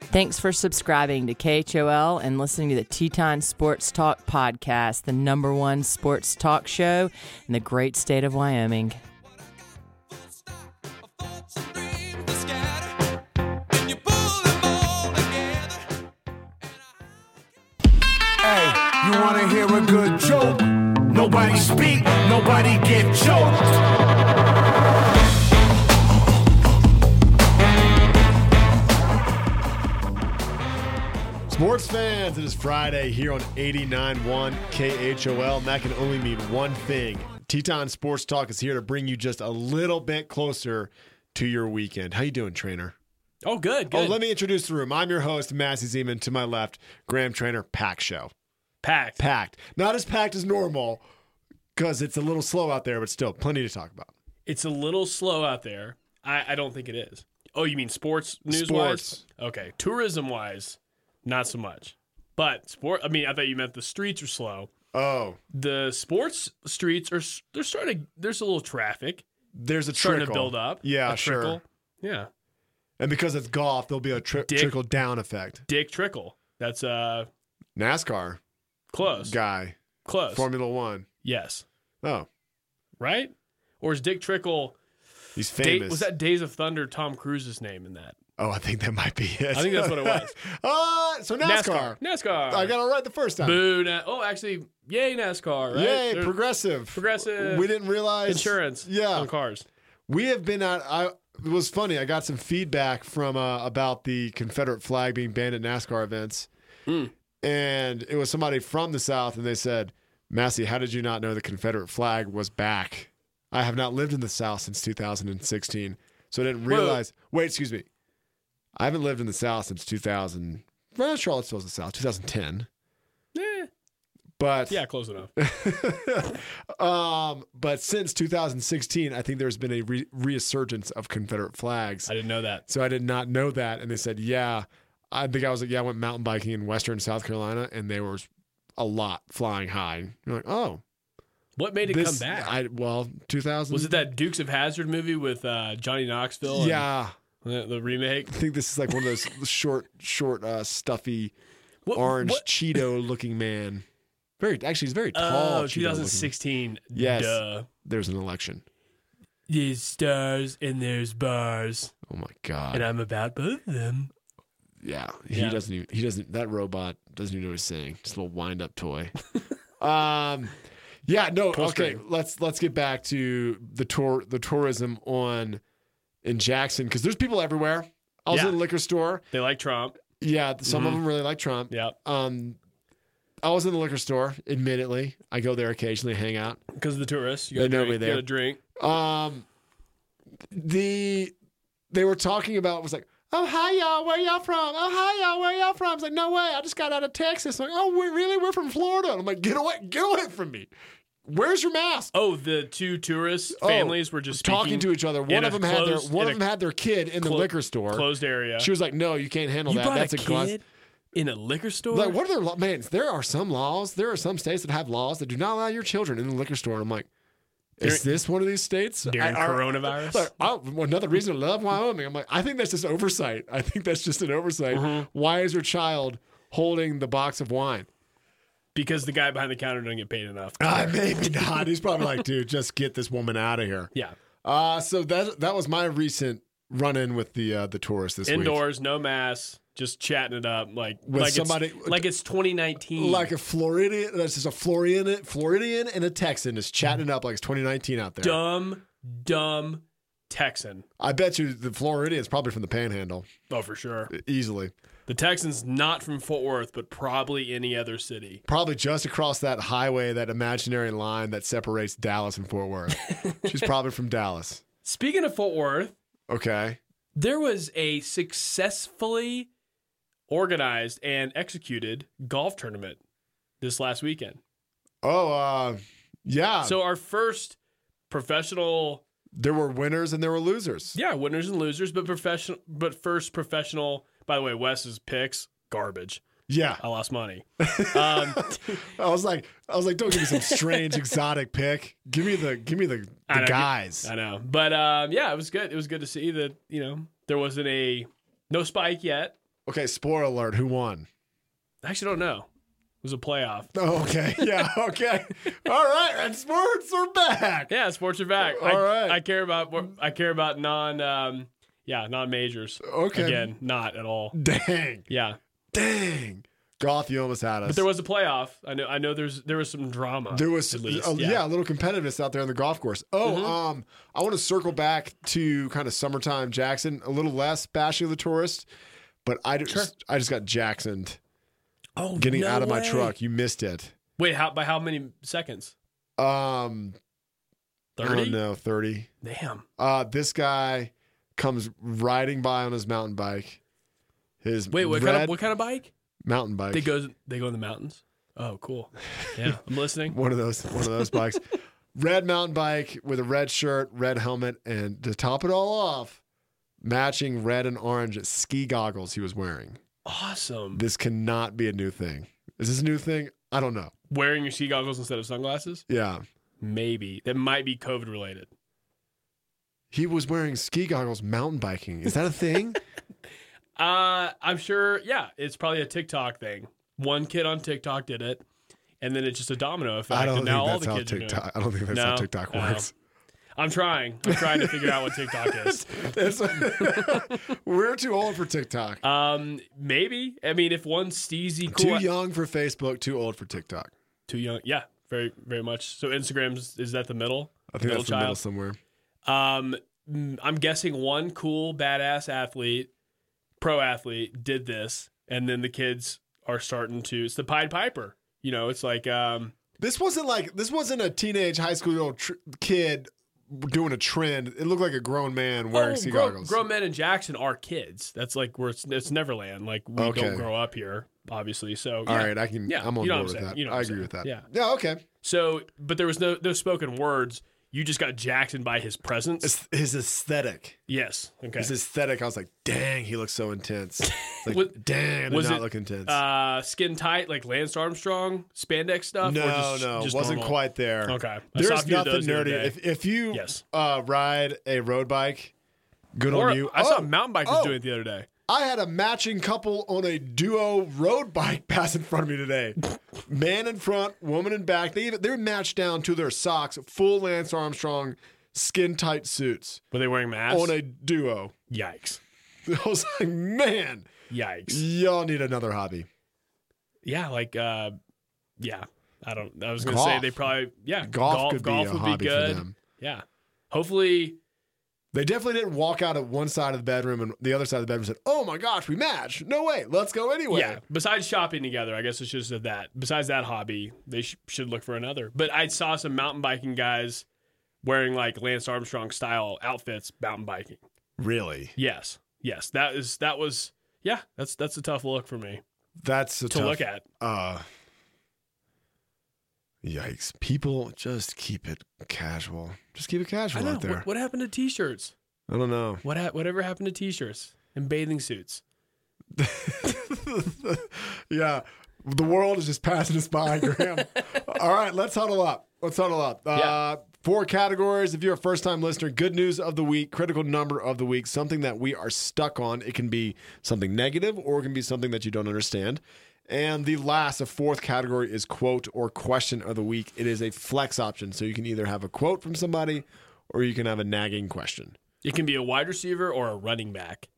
Thanks for subscribing to KHOL and listening to the Teton Sports Talk podcast, the number one sports talk show in the great state of Wyoming. Hey, you wanna hear a good joke? Nobody speak, nobody get choked. Sports fans, it is Friday here on 89.1 KHOL, and that can only mean one thing. Teton Sports Talk is here to bring you just a little bit closer to your weekend. How you doing, trainer? Oh, good. Oh, Good. let me introduce the room. I'm your host, Massey Zeman. To my left, Graham Trainer, Pack Show. Packed. Packed. Not as packed as normal, because it's a little slow out there, but still plenty to talk about. It's a little slow out there. I, I don't think it is. Oh, you mean sports news Sports. wise? Okay. Tourism wise, not so much. But sport. I mean, I thought you meant the streets are slow. Oh, The sports streets are. s- They're starting. to- There's a little traffic there's a starting trickle. to build up. Yeah, a sure. trickle. Yeah. And because it's golf, there'll be a tri- Dick. trickle down effect. Dick Trickle. That's uh NASCAR close. guy, close. Formula One. yes. Oh, Right. Or is Dick Trickle? he's famous. Day, was that Days of Thunder? Tom Cruise's name in that? Oh, I think that might be it. I think that's what it was. uh, so NASCAR. NASCAR. NASCAR. I got it right the first time. Boo! Na- oh, actually, yay NASCAR! Right? Yay, They're- progressive. Progressive. We didn't realize insurance. Yeah, on cars. we have been out. I it was funny. I got some feedback from uh, about the Confederate flag being banned at NASCAR events, and it was somebody from the South, and they said, "Massey, how did you not know the Confederate flag was back? I have not lived in the South since 2016, so I didn't Wait, wait. realize." Wait, excuse me. I haven't lived in the South since 2000. Well, Charlottesville's the South, 2010. Eh, But yeah, close enough. um, but since 2016, I think there's been a re- resurgence of Confederate flags. I didn't know that. So I did not know that. And they said, yeah. I think I was like, yeah, I went mountain biking in Western South Carolina, and there was a lot flying high. And You're like, oh, What made it this, come back? I, well, 2000. was it that Dukes of Hazard movie with uh, Johnny Knoxville? and Yeah, the, the remake. I think this is like one of those short, short, uh, stuffy, What, orange what- Cheeto-looking man. Very, actually, he's very tall. Oh, Cheeto-looking. 2016. Yes. Duh. There's an election. These stars and there's bars, Oh my god. and I'm about both of them. Yeah, he Yeah. doesn't even. He doesn't. That robot doesn't even know what he's saying. Just a little wind-up toy. um, yeah, no. Pull okay, string. let's let's get back to the tour, the tourism on in Jackson because there's people everywhere. I was Yeah. in the liquor store. They like Trump. Yeah, some of them really like Trump. Yeah, Um, I was in the liquor store. Admittedly, I go there occasionally, to hang out. because of the tourists. You They gotta know drink, me there. You gotta drink. Um, the they were talking about it was like, oh hi y'all, where y'all from? Oh hi y'all, where y'all from? It's like, no way, I just got out of Texas. like, oh we really, we're from Florida. And I'm like, get away, get away from me. Where's your mask? Oh, the two tourist Oh, families were just talking to speaking each other. One in of a them had their closed- one in of a them had their kid in the clo- liquor store. closed area. She was like, no, you can't handle You that. brought That's a a glass. kid in a liquor store. Like, what are their laws? Man, there are some laws. There are some states that have laws that do not allow your children in the liquor store. And I'm like, is During- this one of these states? during I- are- coronavirus? Like, I- well, another reason to love Wyoming. I'm like, I think that's just oversight. I think that's just an oversight. Why is your child holding the box of wine? because the guy behind the counter doesn't get paid enough. Uh, maybe not. He's probably like, dude, just get this woman out of here. yeah, Uh, so that that was my recent run in with the uh, the tourist this week. indoors, no mask, just chatting it up like With like somebody- It's, like it's 2019. Like a Floridian, that's just a Floridian, Floridian and a Texan is chatting it up like it's 2019 out there. dumb, dumb Texan. I bet you the Floridian's probably from the Panhandle e-, Oh, for sure. easily. The Texan's not from Fort Worth, but probably any other city. Probably just across that highway, that imaginary line that separates Dallas and Fort Worth. She's probably from Dallas. Speaking of Fort Worth, Okay. there was a successfully organized and executed golf tournament this last weekend. Oh, uh, yeah. So So our first professional there were winners and there were losers. Yeah, winners and losers, but professional. But first, professional. By the way, Wes's picks garbage. Yeah. I lost money. Um, I was like, I was like, don't give me some strange exotic pick. Give me the, give me the, I the know, guys. I know, but um, yeah, it was good. It was good to see that you know There wasn't a no spike yet. Okay, spoiler alert. Who won? I actually don't know. It was a playoff. Oh, okay. Yeah. Okay. All right. And sports are back. Yeah, sports are back. All I, right. I care about I care about non um yeah, non majors. Okay. Again, not at all. Dang. Yeah. Dang. Goth, you almost had us. But there was a playoff. I know I know there's there was some drama. There was at least. Mm-hmm. uh, yeah. a little competitiveness out there on the golf course. Oh, um, I want to circle back to kind of summertime Jackson, a little less bashing the tourist, but I just I just got Jacksoned Oh, getting no out of my way. truck. You missed it. Wait, how by how many seconds? Um, I Thirty. don't know, thirty. Damn. Uh, this guy comes riding by on his mountain bike. His Wait, what red kind of what kind of bike? mountain bike? They go they go in the mountains. Oh, cool. Yeah, I'm listening. one of those one of those bikes. Red mountain bike with a red shirt, red helmet, and to top it all off, matching red and orange ski goggles he was wearing. Awesome. This cannot be a new thing. Is this a new thing? I don't know. Wearing your ski goggles instead of sunglasses? Yeah. Maybe. That might be COVID related. He was wearing ski goggles mountain biking. Is that a thing? Uh, I'm sure. Yeah, it's probably a TikTok thing. One kid on TikTok did it, and then it's just a domino effect. I don't and think now all that's the how kids are doing. TikTok It. I don't think that's how No, TikTok no. works. I'm trying. I'm trying to figure out what TikTok is. That's- we're too old for TikTok. Um, maybe. I mean, if one steezy too cool, young for Facebook, too old for TikTok. too young. Yeah, very, very much. So Instagram's is that the middle? I think middle that's the middle somewhere. Um, mm, I'm guessing one cool badass athlete, pro athlete, did this, and then the kids are starting to. It's the Pied Piper. You know, it's like um, This wasn't like this wasn't a teenage high school old tr- kid doing a trend. It looked like a grown man wearing oh, sea grow- goggles. Grown men in Jackson are kids. That's like where it's, it's Neverland. Like we Okay. don't grow up here, obviously. So All yeah. right, I can. Yeah, I'm on you know board what with I'm saying. that. You know what I I'm agree saying. with that. Yeah. Yeah. Okay. So, but there was no no spoken words. You just got Jackson by his presence. It's his aesthetic. yes. Okay. His aesthetic. I was like, dang, he looks so intense. It's Like, Was- damn, did was not it, look intense. uh, skin tight, like Lance Armstrong spandex stuff. no, or just, no, just wasn't normal? quite there. Okay. I saw a There's few of nothing those the other nerdy. day. If, if you Yes. uh, ride a road bike, good Or on you. I saw Oh, mountain bikers oh. doing it the other day. I had a matching couple on a duo road bike pass in front of me today. Man in front, woman in back. They even, they're matched down to their socks, full Lance Armstrong skin tight suits Were they wearing masks? on a duo. Yikes! I was like, man, Yikes! y'all need another hobby. Yeah, like, uh, yeah. I don't. I was gonna say Golf. they probably. Yeah, Golf, golf could golf be a would hobby be good. for them. Yeah. Hopefully, They definitely didn't walk out of one side of the bedroom and the other side of the bedroom said, "Oh my gosh, we match! No way, let's go anyway." yeah. Besides shopping together, I guess it's just that. Besides that hobby, they sh- should look for another. But I saw some mountain biking guys wearing like Lance Armstrong style outfits, mountain biking. really. Yes, yes. That is that was. Yeah, that's that's a tough look for me That's a to tough, look at. Uh, yikes! People just keep it casual. Just keep it I casual know. out there. What, what happened to t-shirts? I don't know. What ha- whatever happened to t-shirts and bathing suits? yeah, the world is just passing us by, Graham. All right, let's huddle up. Let's huddle up. Uh, Four categories. If you're a first time listener, good news of the week, critical number of the week, something that we are stuck on. It can be something negative or it can be something that you don't understand. And the last, the fourth category is quote or question of the week. It is a flex option. So you can either have a quote from somebody or you can have a nagging question. It can be a wide receiver or a running back.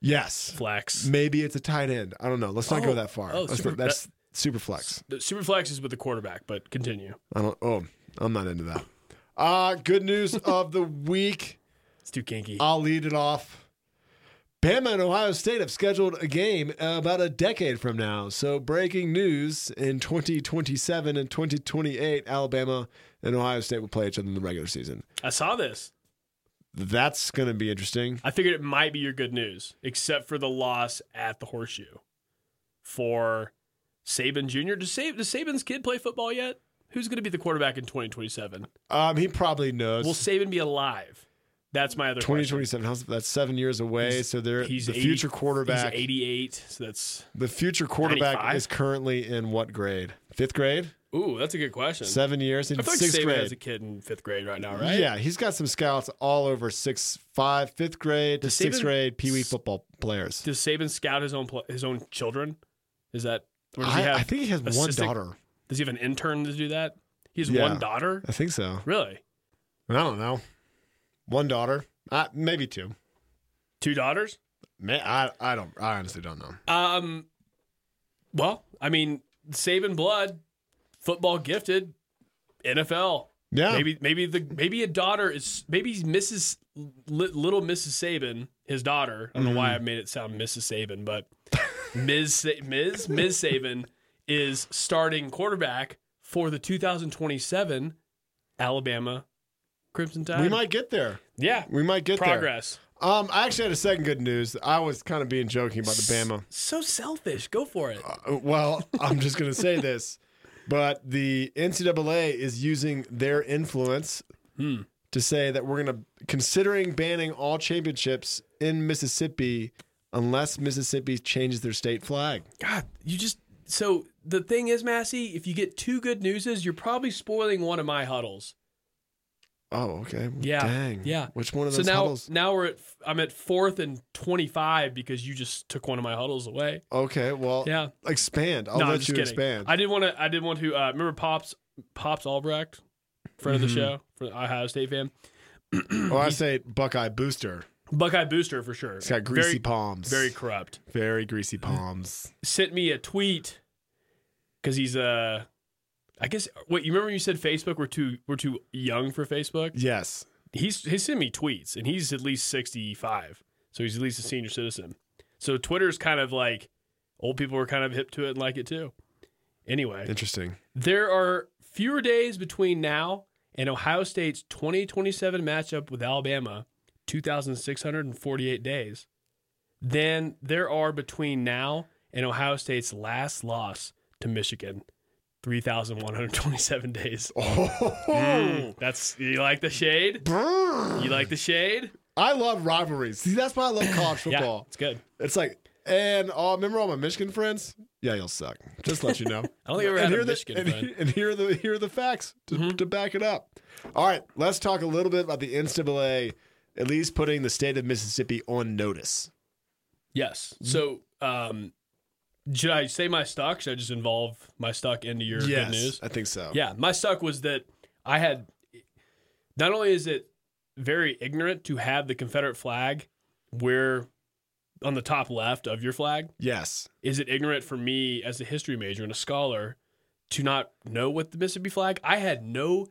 Yes. Flex. Maybe it's a tight end. I don't know. Let's not go Oh. that far. Oh, Let's super- not- that's super flex. The Super flex is with the quarterback, but continue. I don't. Oh, I'm not into that. Uh, good news of the week. It's too kinky. I'll lead it off. Bama and Ohio State have scheduled a game uh, about a decade from now. So, breaking news in 2027 and 2028, Alabama and Ohio State will play each other in the regular season. I saw this. That's going to be interesting. I figured it might be your good news, except for the loss at the horseshoe for Saban Jr. Does, Sab- does Saban's kid play football yet? Who's going to be the quarterback in 2027? Um, he probably knows. Will Saban be alive? That's my other question. 2027. How's, that's seven years away. so they're He's the 80 future quarterback. He's 88, so that's The future quarterback 95? is currently in what grade? Fifth grade. Ooh, that's a good question. Seven years in Hmm. I feel like sixth Saban grade. has a kid in fifth grade right now, right? Yeah, he's got some scouts all over six, five, fifth grade to Does sixth Saban- grade Pee Wee football players. Does Saban scout his own pl- his own children? Is that or does he I, have? I think he has one assistant- daughter. Does he have an intern to do that? He has Yeah. one daughter. I think so. Really, I don't know. One daughter, uh, maybe two. two daughters? May, I I don't. I honestly don't know. Um, well, I mean, Saban blood, football gifted, NFL. Yeah, Maybe maybe the maybe a daughter is maybe Mrs. Li- Little Mrs. Saban, his daughter. I don't know why Mm-hmm. I made it sound Mrs. Saban, but Ms. Sa- Ms. Ms. Saban is starting quarterback for the 2027 Alabama Crimson Tide. we might get there. yeah, We might get Um, progress. there. Um, I actually had a second good news. I was kind of being joking about the Bama. So selfish. Go for it. Uh, Well, I'm just going to say this, but the NCAA is using their influence Hmm. to say that we're going to considering banning all championships in Mississippi unless Mississippi changes their state flag. God, you just so the thing is, Massey, if you get two good newses, you're probably spoiling one of my huddles. Oh, okay. Yeah. Dang. Yeah. Which one of So those now huddles? now we're at I'm at fourth and twenty five because you just took one of my huddles away. Okay. Well. Yeah. Expand. I'll no, I'm let just you kidding. expand. I did want to I did want to uh, remember Pops Pops Albrecht, friend Mm-hmm. of the show, for Ohio State fan. oh, I say Buckeye Booster. Buckeye Booster for sure. It's got greasy very, palms. very corrupt. very greasy palms. Sent me a tweet because he's Uh, I guess what you remember when you said Facebook we're too we're too young for Facebook. Yes. he's he's sending me tweets and he's at least 65 so he's at least a senior citizen so twitter's kind of like old people are kind of hip to it and like it too anyway Interesting. there are fewer days between now and ohio state's 2027 matchup with alabama 2648 days than there are between now and ohio state's last loss to michigan 3127 days Oh. that's you like the shade you like the shade? I love rivalries. See, that's why I love college Yeah, football. it's good. It's like, and all remember all my Michigan friends? Yeah, you'll suck. Just let you know. I don't think I ever and had here a are the, Michigan and, friend. Mm-hmm. and here are the here are the facts to, to back it up. All right, let's talk a little bit about the NCAA at least putting the state of Mississippi on notice. Yes. Mm-hmm. So, um, should I say my stock? Should I just involve my stock into your good news? I think so. Yeah, my stock was that I had. Not only is it very ignorant to have the Confederate flag where on the top left of your flag, Yes. is it ignorant for me as a history major and a scholar to not know what the Mississippi flag? I had no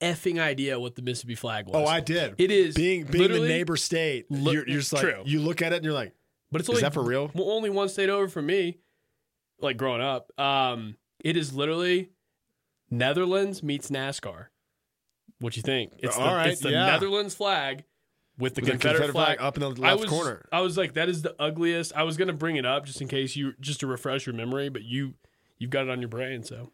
effing idea what the Mississippi flag was. Oh, I did. It is being being the literally- neighbor state. Look- you're, you're just like True. you look at it and you're like, But it's Is only that for real? Well, only one state over from me. Like growing up, um, it is literally Netherlands meets NASCAR. What you think? It's the, All right, it's the yeah. Netherlands flag with the With the Confederate, Confederate flag up in the I left was, corner. I was like, that is the ugliest. I was gonna bring it up just in case you, just to refresh your memory, but you, you've got it on your brain, so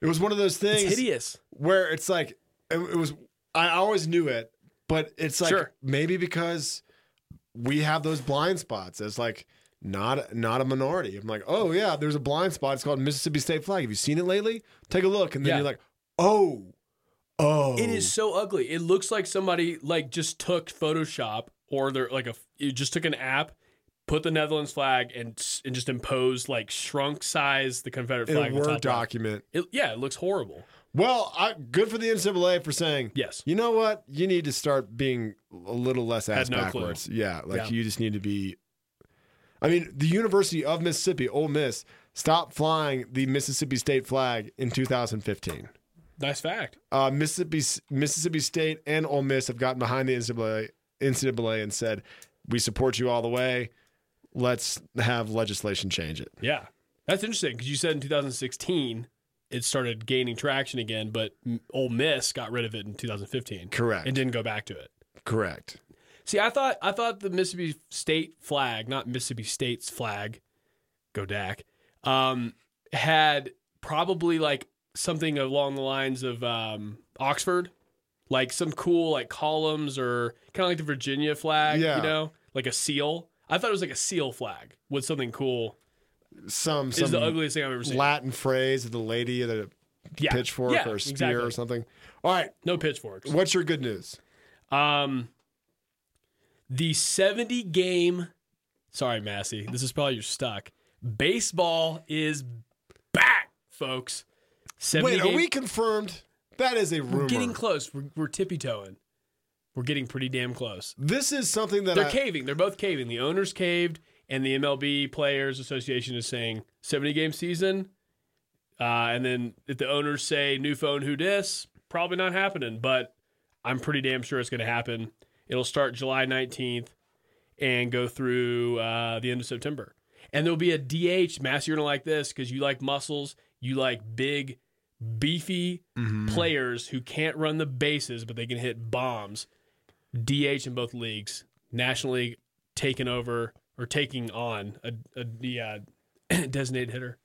it was one of those things. it's hideous. where it's like it, it was I always knew it, but it's like Sure. maybe because we have those blind spots as like not not a minority. I'm like, oh yeah, there's a blind spot. It's called Mississippi State flag. Have you seen it lately? Take a look, and then Yeah. you're like, oh, oh, It is so ugly. It looks like somebody like just took Photoshop or they're like a you just took an app, put the Netherlands flag and s- and just imposed like shrunk size the Confederate in flag. a on top word of it. document. It, yeah, it looks horrible. Well, I, good for the NCAA for saying Yes. You know what? You need to start being a little less ass Had no clue. backwards. Yeah, like Yeah. you just need to be. I mean, the University of Mississippi, Ole Miss, stopped flying the Mississippi State flag in 2015. Nice fact. Uh, Mississippi Mississippi State and Ole Miss have gotten behind the NCAA, NCAA and said, "We support you all the way. Let's have legislation change it." Yeah, that's interesting because you said in 2016 it started gaining traction again, but M- Ole Miss got rid of it in 2015. Correct. and didn't go back to it. Correct. See, I thought I thought the Mississippi State flag, not Mississippi State's flag, go Dak, um, had probably like something along the lines of um, Oxford, like some cool like columns or kind of like the Virginia flag, Yeah. you know, like a seal. I thought it was like a seal flag with something cool. Some This some is the ugliest thing I've ever seen. Latin phrase of the lady that Yeah. pitchfork Yeah, or spear or exactly. something. All right, No pitchforks. what's your good news? Um, the 70 game. Sorry, Massey. This is probably your stuck. Baseball is back, folks. 70 Wait, are game- we confirmed? That is a rumor. We're getting close. We're, we're tippy toeing. We're getting pretty damn close. this is something that They're I, caving. They're both caving. The owners caved, and the MLB Players Association is saying 70 game season. Uh, and then if the owners say new phone, who dis? Probably not happening, but I'm pretty damn sure it's going to happen. It'll start July 19th and go through uh, the end of September. And there'll be a DH. Mass, you're going to like this because you like muscles. You like big, beefy Mm-hmm. players who can't run the bases, but they can hit bombs. DH in both leagues. National League taking over or taking on a, a the, uh, designated hitter.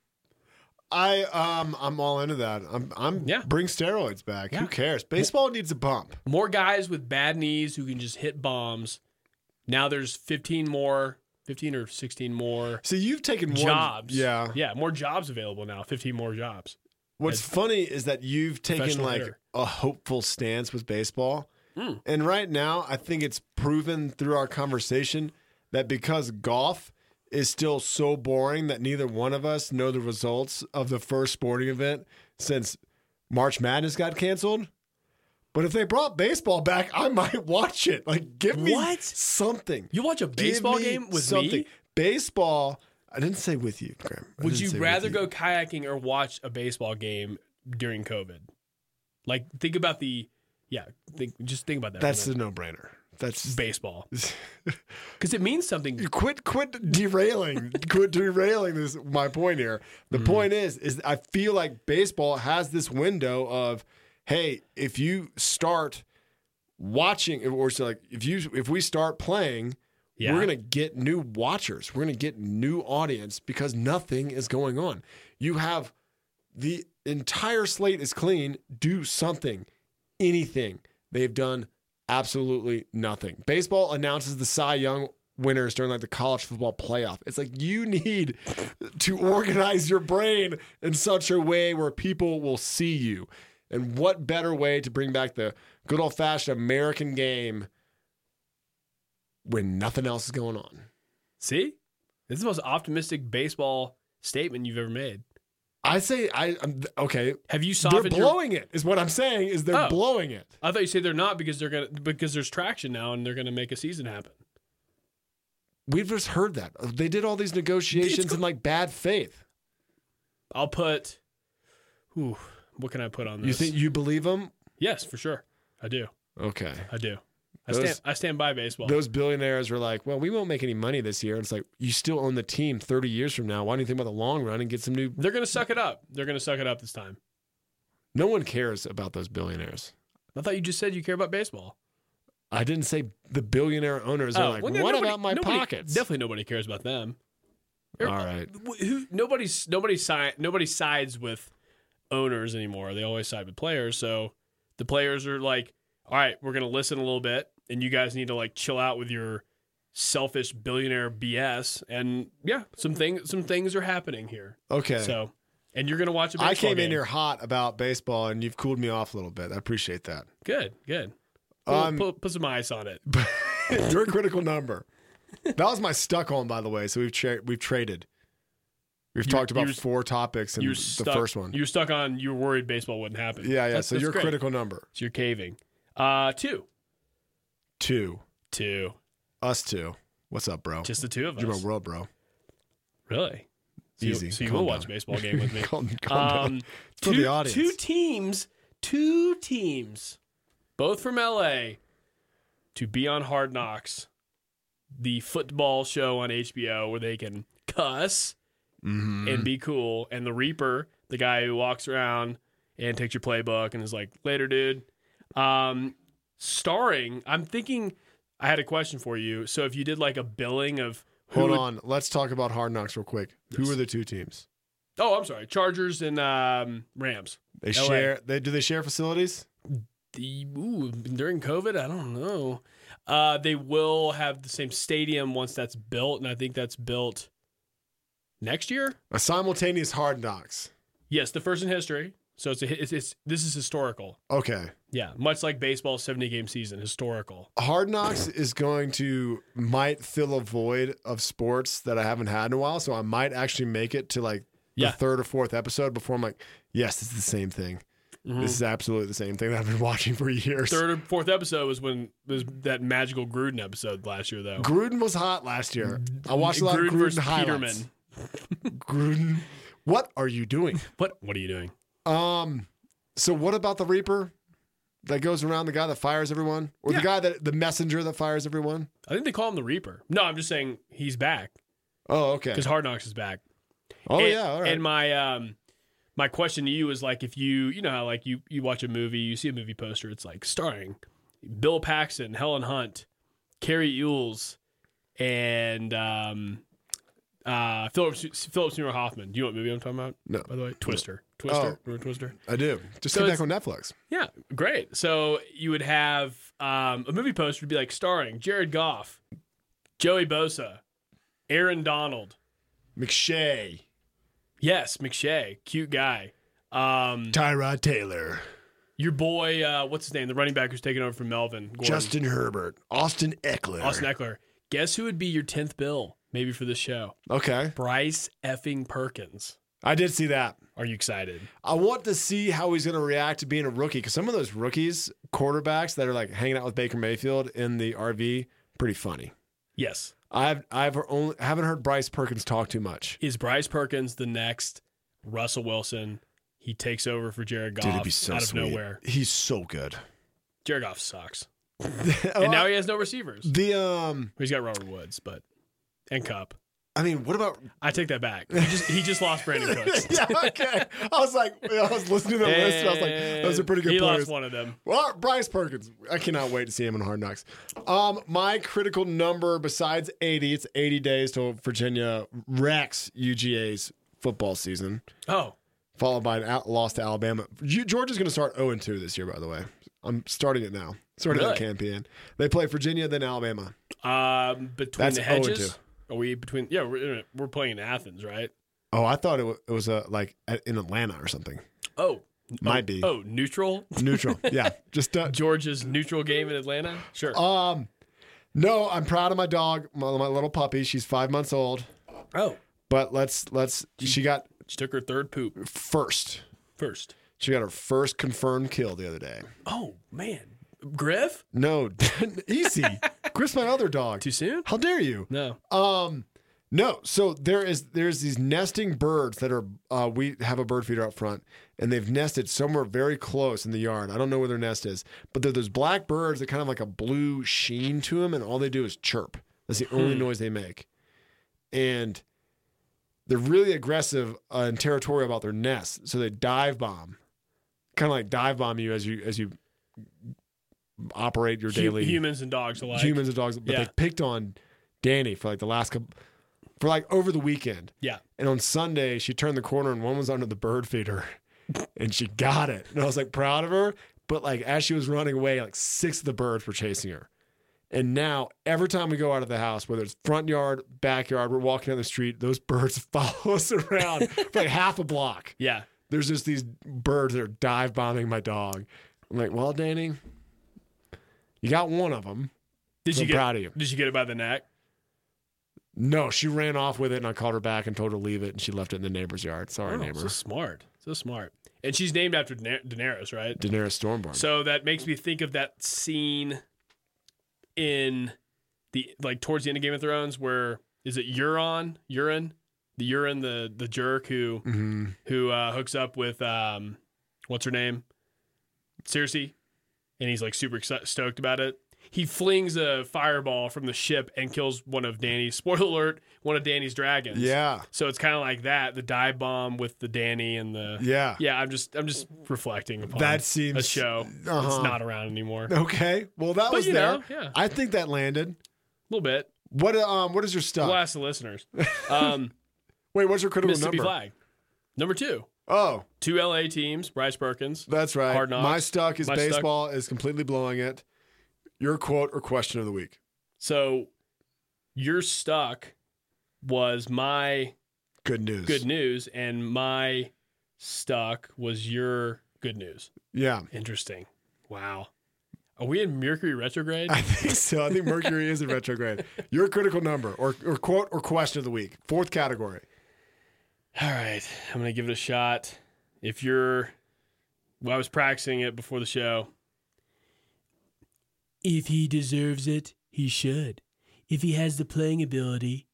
I um I'm all into that. I'm I'm Yeah. bring steroids back. Who Yeah. cares? Baseball needs a bump. More guys with bad knees who can just hit bombs. Now there's 15 more, 15 or 16 more So you've taken one, jobs. Yeah. Yeah, more jobs available now. 15 more jobs. What's funny is that you've taken Professional like hitter. a hopeful stance with baseball. Mm. And right now, I think it's proven through our conversation that because golf is still so boring that neither one of us know the results of the first sporting event since March Madness got canceled. But if they brought baseball back, I might watch it. Like, give me What? something. You watch a Give baseball me game with me? Baseball. I didn't say with you, Graham. I Would didn't you say with rather go kayaking or watch a baseball game during COVID? Like think about the yeah, think just think about that. for a That's a minute. no brainer. That's baseball. Cuz it means something quit quit derailing quit derailing this my point here the point is is i feel like baseball has this window of hey if you start watching or so like if you if we start playing Yeah. we're gonna get new watchers we're gonna get new audience because nothing is going on you have the entire slate is clean do something anything they've done absolutely nothing baseball announces the cy young winners during like the college football playoff it's like you need to organize your brain in such a way where people will see you and what better way to bring back the good old-fashioned american game when nothing else is going on See, this is the most optimistic baseball statement you've ever made. i say i I'm, okay Have you they're softened your? blowing it is what i'm saying is they're Oh. blowing it I thought you said they're not because they're gonna because there's traction now and they're gonna make a season happen. We've just heard that they did all these negotiations It's- in like bad faith. I'll put. Whew, what can I put on this? You think you believe them? yes, for sure. I do. Okay. I do. I Those- stand. I stand by baseball. Those billionaires were like, "Well, we won't make any money this year." And it's like, you still own the team thirty years from now. Why don't you think about the long run and get some new? they're gonna suck it up. They're gonna suck it up this time. No one cares about those billionaires. I thought you just said you care about baseball. I didn't say the billionaire owners are Oh, like, well, "What no- nobody- about my nobody- pockets?" Definitely nobody cares about them. All right. Wh- Who? Nobody's nobody side nobody sides with owners anymore. They always side with players. So the players are like, all right, we're gonna listen a little bit, and you guys need to like chill out with your selfish billionaire BS. And yeah, some thing some things are happening here. Okay. So, and you're gonna watch a baseball I came in game. here hot about baseball, and you've cooled me off a little bit. I appreciate that. Good, good. Put, Um, put, put some ice on it. You're a critical number. That was my stuck on, by the way. So we've tra- we've traded. We've You- talked about you're- four topics in You're the stuck, first one. You're stuck on. You're worried baseball wouldn't happen. yeah, yeah. That's- so that's your great. critical number So you're caving. Uh, two, two, two, us two. What's up, bro? just the two of us. Oh. You're my world, bro. Really? So Easy. You, so you Calm will watch a down. baseball game with me. calm calm down. um, for two, the audience. two teams, two teams, both from LA, to be on Hard Knocks, the football show on HBO where they can cuss Mm-hmm. and be cool, and the Reaper, the guy who walks around and takes your playbook and is like, "Later, dude." Um, starring, I'm thinking. I had a question for you. So if you did like a billing of who Hold would- on. Let's talk about Hard Knocks real quick. Who are the two teams? Oh, I'm sorry. Chargers and um, Rams. They LA. share. They do they share facilities? The, ooh, during COVID, I don't know. Uh, they will have the same stadium once that's built, and I think that's built next year. A simultaneous Hard Knocks. Yes, the first in history. So it's, a, it's it's this is historical. Okay. Yeah, much like baseball, seventy game season, historical. Hard Knocks is going to might fill a void of sports that I haven't had in a while, so I might actually make it to like the Yeah. third or fourth episode before I'm like, yes, this is the same thing. This is absolutely the same thing that I've been watching for years. Mm-hmm. Third or fourth episode was when was that magical Gruden episode last year though. Gruden was hot last year. I watched a lot of Gruden highlights. Gruden, what are you doing? What what are you doing? Um, so what about the Reaper that goes around the guy that fires everyone, or the Yeah. guy that the messenger that fires everyone? I think they call him the Reaper. No, I'm just saying he's back Oh, okay. because Hard Knocks is back. Oh and, yeah, all right. And my um my question to you is like if you you know how like you you watch a movie, you see a movie poster, it's like starring Bill Paxton, Helen Hunt, Carrie Ewells, and um uh Philip Philip Seymour Hoffman. Do you know what movie I'm talking about? No. Oh. By the way, Twister. Twister. Remember Twister? I do. Just So came back it's- on Netflix. Yeah, great. So you would have um, a movie poster would be like starring Jared Goff, Joey Bosa, Aaron Donald, McShay, yes, McShay, cute guy. Um, Tyrod Taylor, your boy, uh, what's his name? The running back who's taking over from Melvin Gordon, Justin Herbert, Austin Eckler. Austin Eckler. Guess who would be your tenth bill, maybe for this show? Okay, Bryce effing Perkins. I did see that. Are you excited? I want to see how he's going to react to being a rookie because some of those rookies quarterbacks that are like hanging out with Baker Mayfield in the RV, pretty funny. Yes. I've I've only haven't heard Bryce Perkins talk too much. Is Bryce Perkins the next Russell Wilson? He takes over for Jared Goff out of nowhere. He's so good. Jared Goff sucks. Oh, And now he has no receivers. the um, He's got Robert Woods, but and Cup. I mean, what about? I take that back. He just, he just lost Brandon Cooks. yeah, okay. I was like, I was listening to the list. And I was like, those are pretty good He players. lost one of them. Well, Bryce Perkins. I cannot wait to see him in Hard Knocks. Um, my critical number besides 80, it's 80 days till Virginia wrecks UGA's football season, Oh, followed by an out- loss to Alabama. G- Georgia's going to start 0 2 this year, by the way. I'm starting it now. Starting the Really? campaign. They play Virginia, then Alabama. um, between That's the 0 and hedges. Are we between? Yeah, we're, we're playing in Athens, right? Oh, I thought it, wa- it was uh, like at- in Atlanta or something. Oh, Might be. Oh, neutral. Neutral. yeah. Just uh, Georgia's neutral game in Atlanta. Sure. um, no, I'm proud of my dog, my, my little puppy. She's five months old. oh, But let's let's. She got she took her third poop first. first. She got her first confirmed kill the other day. Oh man, Griff. No, easy. Chris, my other dog. Too soon? How dare you? No. Um, no. So there is there's these nesting birds that are. Uh, we have a bird feeder up front, and they've nested somewhere very close in the yard. I don't know where their nest is, but they're those black birds that kind of like a blue sheen to them, and all they do is chirp. That's the only noise they make, and they're really aggressive uh, and territorial about their nests. So they dive bomb, kind of like dive bomb you as you as you operate your Hu- daily humans and dogs alike. humans and dogs, but Yeah. they picked on Danny for like the last couple, for like over the weekend. Yeah. And on Sunday, she turned the corner and one was under the bird feeder and she got it. And I was like proud of her. But like as she was running away, like six of the birds were chasing her. And now every time we go out of the house, whether it's front yard, backyard, we're walking down the street, those birds follow us around for like half a block. Yeah. There's just these birds that are dive bombing my dog. I'm like, well, Danny, you got one of them. Did I'm you get? proud of you. Did you get it by the neck? No, she ran off with it, and I called her back and told her to leave it, and she left it in the neighbor's yard. Sorry, Oh, neighbor. So smart. So smart. And she's named after Dana- Daenerys, right? Daenerys Stormborn. So that makes me think of that scene in the like towards the end of Game of Thrones where is it Euron? Euron? The Euron, the the jerk who Mhm. who uh, hooks up with um what's her name? Cersei. And he's like super exci- stoked about it. He flings a fireball from the ship and kills one of Danny's spoiler alert, one of Danny's dragons. Yeah, So it's kind of like that, the dive bomb with the Danny and the yeah. yeah, I'm just I'm just reflecting upon That seems- a show uh-huh. that's not around anymore. A Okay. Well, that But, was you there. know, yeah. I think that landed. little bit. What um? What is your stuff? We'll ask the listeners. Um, Wait, what's your critical Mississippi number? flag. Number two, Oh, two LA teams. Bryce Perkins. that's right. Hard knocks. My stuck is My stuck. baseball is completely blowing it. Your quote or question of the week? So you're stuck was my Good news. good news, and my stuck was your good news. Yeah, Interesting. Wow. Are we in Mercury retrograde? I think so. I think Mercury is in retrograde. Your critical number, or, or quote, or question of the week, fourth category. All right, I'm gonna give it a shot. If you're, well, I was practicing it before the show. If he deserves it, he should. If he has the playing ability,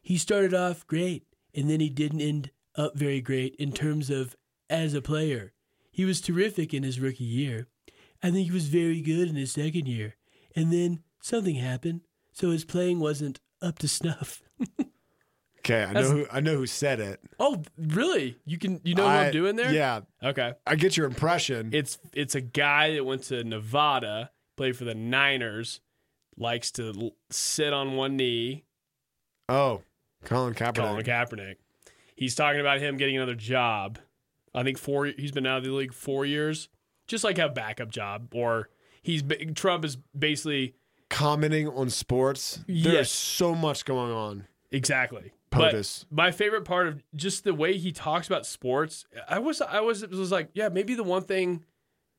he started off great, and then he didn't end up very great in terms of as a player. He was terrific in his rookie year. I think he was very good in his second year, and then something happened, so his playing wasn't up to snuff. Okay, I know who I know who said it. Oh, really? You can you know what I- I'm doing there? Yeah, Okay. I get your impression. It's it's a guy that went to Nevada, played for the Niners, likes to l- sit on one knee. oh, Colin Kaepernick. Colin Kaepernick. He's talking about him getting another job. I think four. He's been out of the league four years, just like a backup job. Or he's ba- Trump is basically commenting on sports. There's Yes. so much going on. exactly. POTUS. But my favorite part of just the way he talks about sports, I was I was was like, yeah, maybe the one thing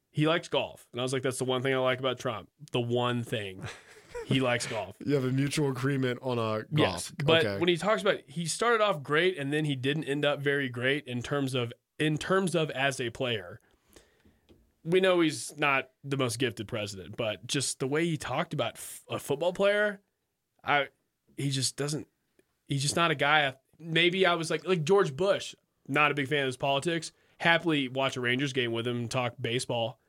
he likes golf, and I was like, that's the one thing I like about Trump. The one thing he likes golf. You have a mutual agreement on a golf. Yes, but okay. when he talks about he started off great and then he didn't end up very great in terms of in terms of as a player. We know he's not the most gifted president, but just the way he talked about f- a football player, I he just doesn't. He's just not a guy. I- Maybe I was like like George Bush, not a big fan of his politics. Happily watch a Rangers game with him and talk baseball.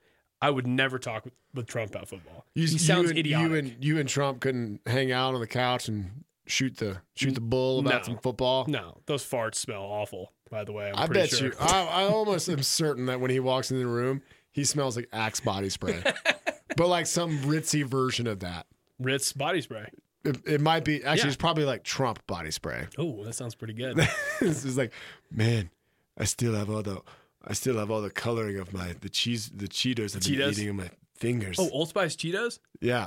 I would never talk with, with Trump about football. you, he sounds and, idiotic. You and you and Trump couldn't hang out on the couch and shoot the shoot the bull about No. some football. No, those farts smell awful. By the way, I'm I pretty bet sure. you. uh, I, I almost am certain that when he walks in the room, he smells like Axe body spray, but like some ritzy version of that. Ritz body spray. It, it might be actually. Yeah. It's probably like Trump body spray. Oh, that sounds pretty good. it's just like, man, I still have all the, I still have all the coloring of my the cheese the Cheetos I've been Cheetos? eating in my fingers. oh, Mm. Old Spice Cheetos. Yeah.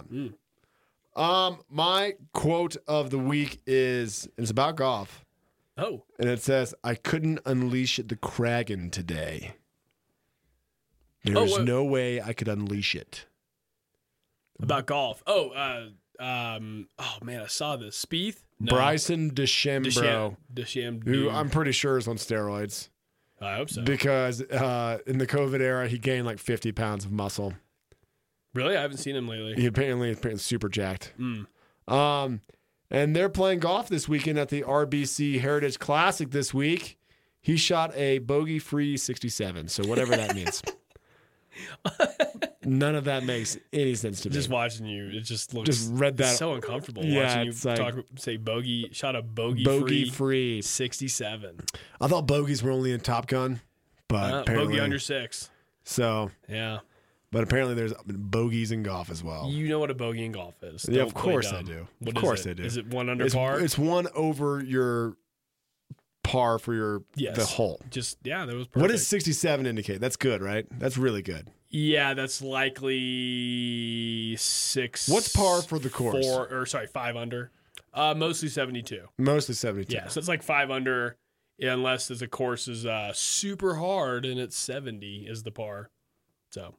Um, my quote of the week is it's about golf, Oh, and it says, "I couldn't unleash the Kraken today. Oh, There's what- no way I could unleash it." about golf. Oh, uh, um, oh man, I saw this. Spieth, No. Mm. Bryson DeChambeau, Desham, Desham, who I'm pretty sure is on steroids I hope so. because uh, in the COVID era he gained like 50 pounds of muscle. really, I haven't seen him lately. He apparently is super jacked. Mm. Um, and they're playing golf this weekend at the RBC Heritage Classic this week. He shot a bogey free 67, so whatever that means. None of that makes any sense to me. Just watching you, it just looks Just read that- so uncomfortable. Yeah, watching you it's like- talk, say bogey shot a bogey, bogey free, free. sixty-seven. I thought bogeys were only in Top Gun, but Uh, apparently bogey under six. so. Yeah, But apparently there's bogeys in golf as well. you know what a bogey in golf is. Oh. Yeah, Don't of play course I dumb. do. What Of is course it? I do. Is it one under It's, par? it's one over your par for your Yes. the hole. just yeah, that was perfect. What does 67 indicate? That's good, right? That's really good. Yeah, that's likely six. What's par for the course? Four or sorry, five under. Uh, mostly seventy-two. Mostly 72. Yeah, so it's like five under, unless the course is uh, super hard and it's seventy is the par. So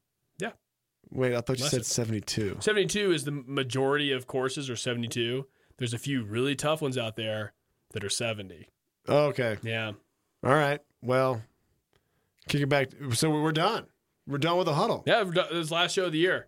Wait, I thought you Less said it. 72. seventy-two is the majority of courses are seventy-two. There's a few really tough ones out there that are seventy. Okay. Yeah, All right. Well, kick it back. So we're done. We're done with the huddle. yeah. we're done- This is the last show of the year.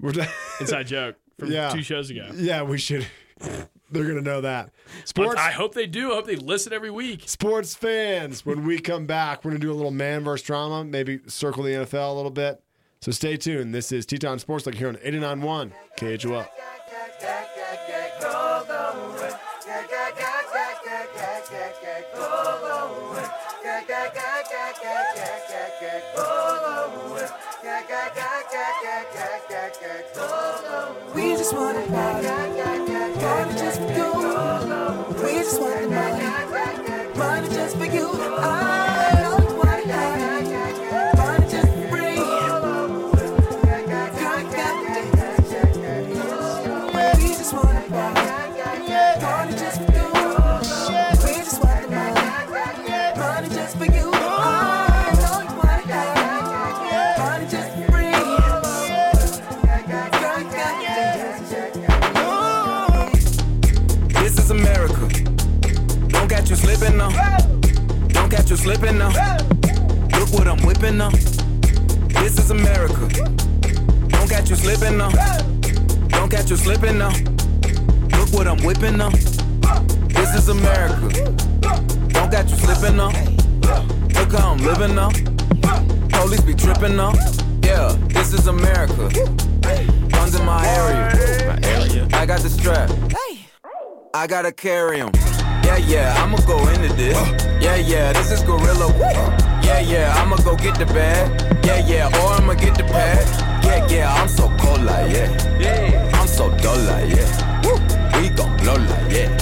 We're done. Inside joke from Yeah. two shows ago. yeah, we should. They're going to know that. Sports. I, I hope they do. I hope they listen every week. Sports fans, when we come back, we're going to do a little man versus drama, maybe circle the NFL a little bit. So stay tuned. This is Teton Sports Like here on 89.1 KHOL. We just want to party. Party just for you. We just want the money. Money just for you. I don't want to party. Money just for free. Girl, you got it. We just want to party. Party just for you. We just want the money. Money just for you. I you slipping now. Look what I'm whipping up. This is America. Don't catch you slipping now. Don't catch you slipping now. Look what I'm whipping up. This is America. Don't catch you slipping now. Look how I'm living now. Police be tripping now. Yeah, this is America. Guns in my area. I got the strap. I gotta carry 'em. Yeah, yeah, I'ma go into this. Yeah, yeah, this is gorilla. Yeah, yeah, I'ma go get the bag. Yeah, yeah, or I'ma get the pad. Yeah, yeah, I'm so cold like yeah. Yeah, I'm so dull like yeah. Woo. We gon' blow like yeah.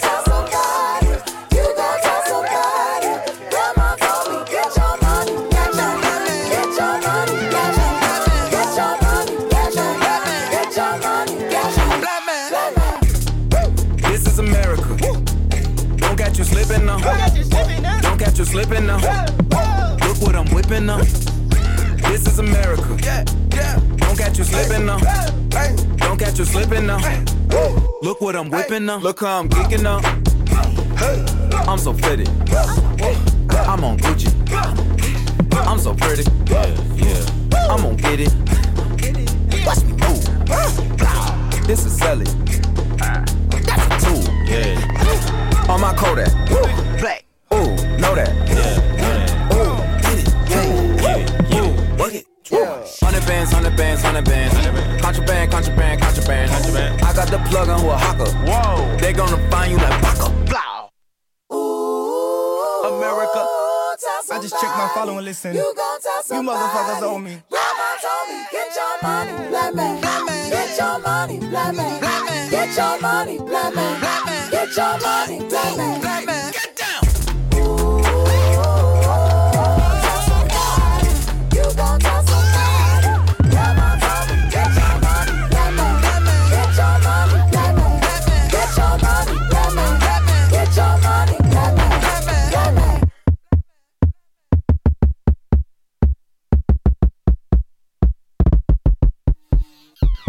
tell somebody. You gon' tell somebody. Grandma told me, get your money, get your money, get your money, get your money, get your money, get your money, get your money, get your black man, black man. This is America. Don't catch you slipping now. Don't catch you slipping now. Look what I'm whipping up. This is America. Don't catch you slipping now. Don't catch you slipping now. Look what I'm whipping up. Look how I'm kicking up. I'm so fitted. I'm on Gucci. I'm so pretty. I'm gonna get it. Watch me move. This is selling. That's a tool. On my Kodak. Black. Ooh, know that. Ooh, get it. Yeah. Ooh, work it. Hundred bands, hundred bands, hundred bands. Contraband, contraband, contraband, contraband. I got the plug on who a hawker. Whoa. They gonna find you like Paco. Blah. America. I just checked my follow and listen. You gon' tell You somebody. motherfuckers owe me. Grandma told me, get your money, black man. Get your money, black man. Get your money, black man. Get your money, black man. Get down. You gon' tell somebody. Grandma told me, get your money, black man. Get your money, black man. Get your money, black man. Get your money, black man. Black man.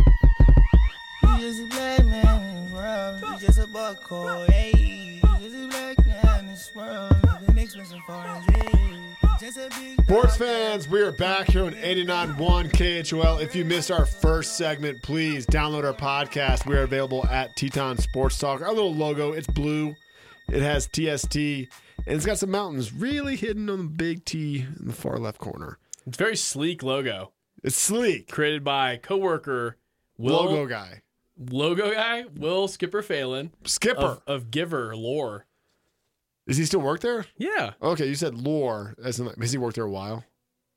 You just a black man in this world. You just a buckhole, ayy. You just a black man in this world. With an expensive foreign day. Just a big. Sports fans, we are back here on 89.1 KHOL. If you missed our first segment, please download our podcast. We are available at Teton Sports Talk. Our little logo, it's blue. It has TST, and it's got some mountains really hidden on the big T in the far left corner. It's a very sleek logo It's sleek. created by coworker Will Logo guy. logo guy Will Skipper Phelan Skipper. of, of Giver Lore. Is he still work there? Yeah, Okay, you said lore. As in, like, has he worked there a while?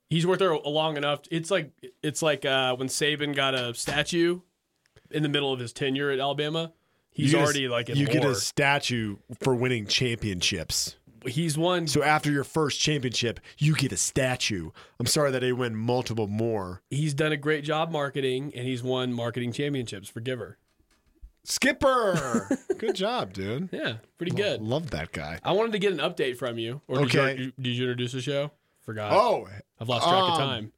he's worked there long enough. It's like it's like uh, when Saban got a statue in the middle of his tenure at Alabama. You He's get a- already like in you get lore. a statue for winning championships. he's won. So after your first championship, you get a statue. I'm sorry that they win multiple more. He's done a great job marketing, and he's won marketing championships for Giver. Skipper, good job, dude. Yeah, pretty good. Love that guy. I wanted to get an update from you. Or did, Okay. you, did you introduce the show? Forgot. Oh, I've lost track um, of time.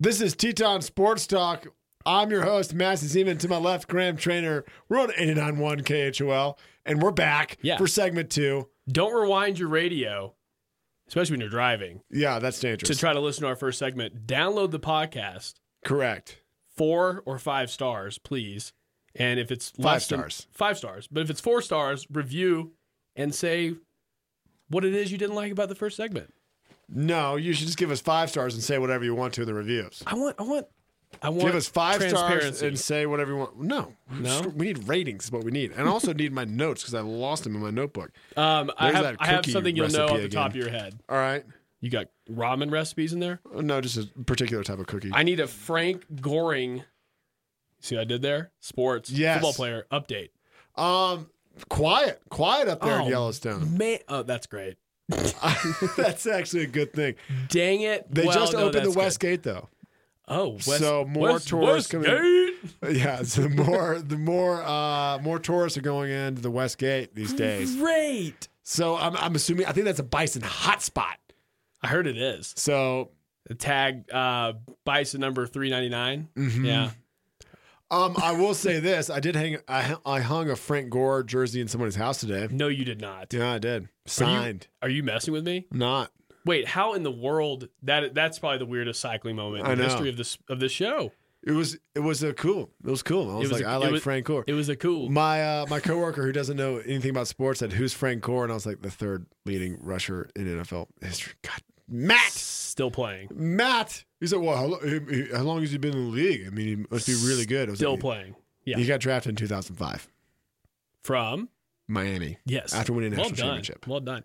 this is Teton Sports Talk. I'm your host, Massey Zeman. To my left, Graham Trainer. We're on 89.1 KHOL, and we're back Yeah. for segment two. Don't rewind your radio, especially when you're driving, Yeah, that's to dangerous. try to listen to our first segment. Download the podcast, Correct. four or five stars, please. And if it's Five less than- stars. five stars. But if it's four stars, review and say what it is you didn't like about the first segment. No, you should just give us five stars and say whatever you want to in the reviews. I want, I want, I want. Give us five stars transparency. and say whatever you want. No, No? we need ratings. Is what we need, and I also need my notes because I lost them in my notebook. um, I there's have, that I have cookie something you'll know off recipe the top of again. your head. All right, You got ramen recipes in there. Uh, no, just a particular type of cookie. I need a Frank Goring. See what I did there? Sports. Yes. Football player update. um, quiet, quiet up there in Oh, Yellowstone. Man, oh, that's great. That's actually a good thing. Dang it. They Well, just no, opened the that's West good. Gate though. Oh, West, So more West, tourists West coming in. Gate. Yeah, so the more the more uh more tourists are going into the West Gate these days. Great. So I'm I'm assuming I think that's a bison hotspot. I heard it is. So Mm-hmm. The tag uh, bison number 399. Yeah. Um, I will say this: I did hang. I, I hung a Frank Gore jersey in somebody's house today. No, you did not. Yeah, I did. Signed. Are you messing with me? I'm not. Wait, how in the world that that's probably the weirdest cycling moment I in the know. history of this of this show. It was. It was a cool. It was cool. I was, It was like, a- I it like was- Frank Gore. It was a cool. my uh, my coworker who doesn't know anything about sports said, "Who's Frank Gore?" And I was like, "The third leading rusher in NFL history." God, Matt. Still playing. Matt. He said, "Well, how, lo- he- he- how long has he been in the league? I mean, he must be really good." I was Still like, playing. Yeah. He got drafted in 2005, From Miami. Yes. After winning a well national done. championship. Well done.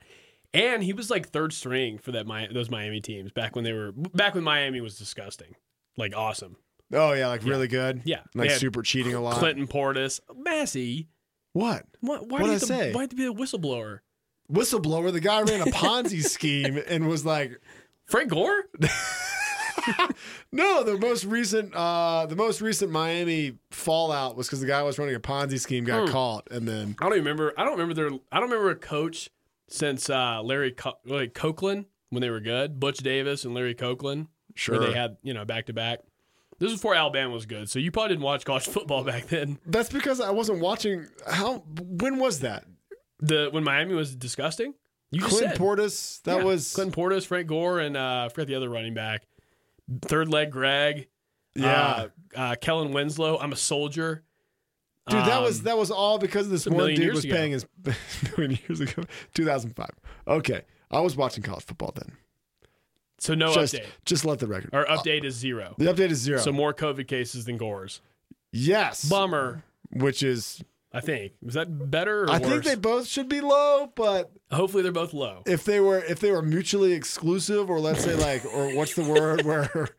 And he was like third string for that Mi- those Miami teams back when they were back when Miami was disgusting. Like awesome. Oh yeah, like really good. Yeah. like They had super cheating a lot. Clinton Portis, Massey. What? Why, why What'd do you I have to, say? Why have to be a whistleblower? Whistleblower. The guy ran a Ponzi scheme and was like, Frank Gore? "No, the most recent, uh, the most recent Miami fallout was because the guy was running a Ponzi scheme, got Hmm. caught, and then I don't even remember. I don't remember their. I don't remember a coach since uh, Larry Co- like Coakland when they were good. Butch Davis and Larry Coakland. sure Where they had you know back to back. This was before Alabama was good, so you probably didn't watch college football back then. That's because I wasn't watching. How? When was that? The when Miami was disgusting. You just Clint said. Portis. That Yeah. was Clinton Portis, Frank Gore, and uh, I forgot the other running back. Third leg Greg. yeah, Uh, uh, Kellen Winslow. I'm a soldier. dude. That was Um, that was all because of this a one million dude years was ago. paying his million years ago, two thousand five. Okay, I was watching college football then. So no just Oh, update. just let the record. Our update is zero. The update is zero. So more COVID cases than Gore's. yes, Bummer. which is I think. Is that better or I worse? think they both should be low, but Hopefully they're both low. if they were if they were mutually exclusive, or let's say like, or what's the word where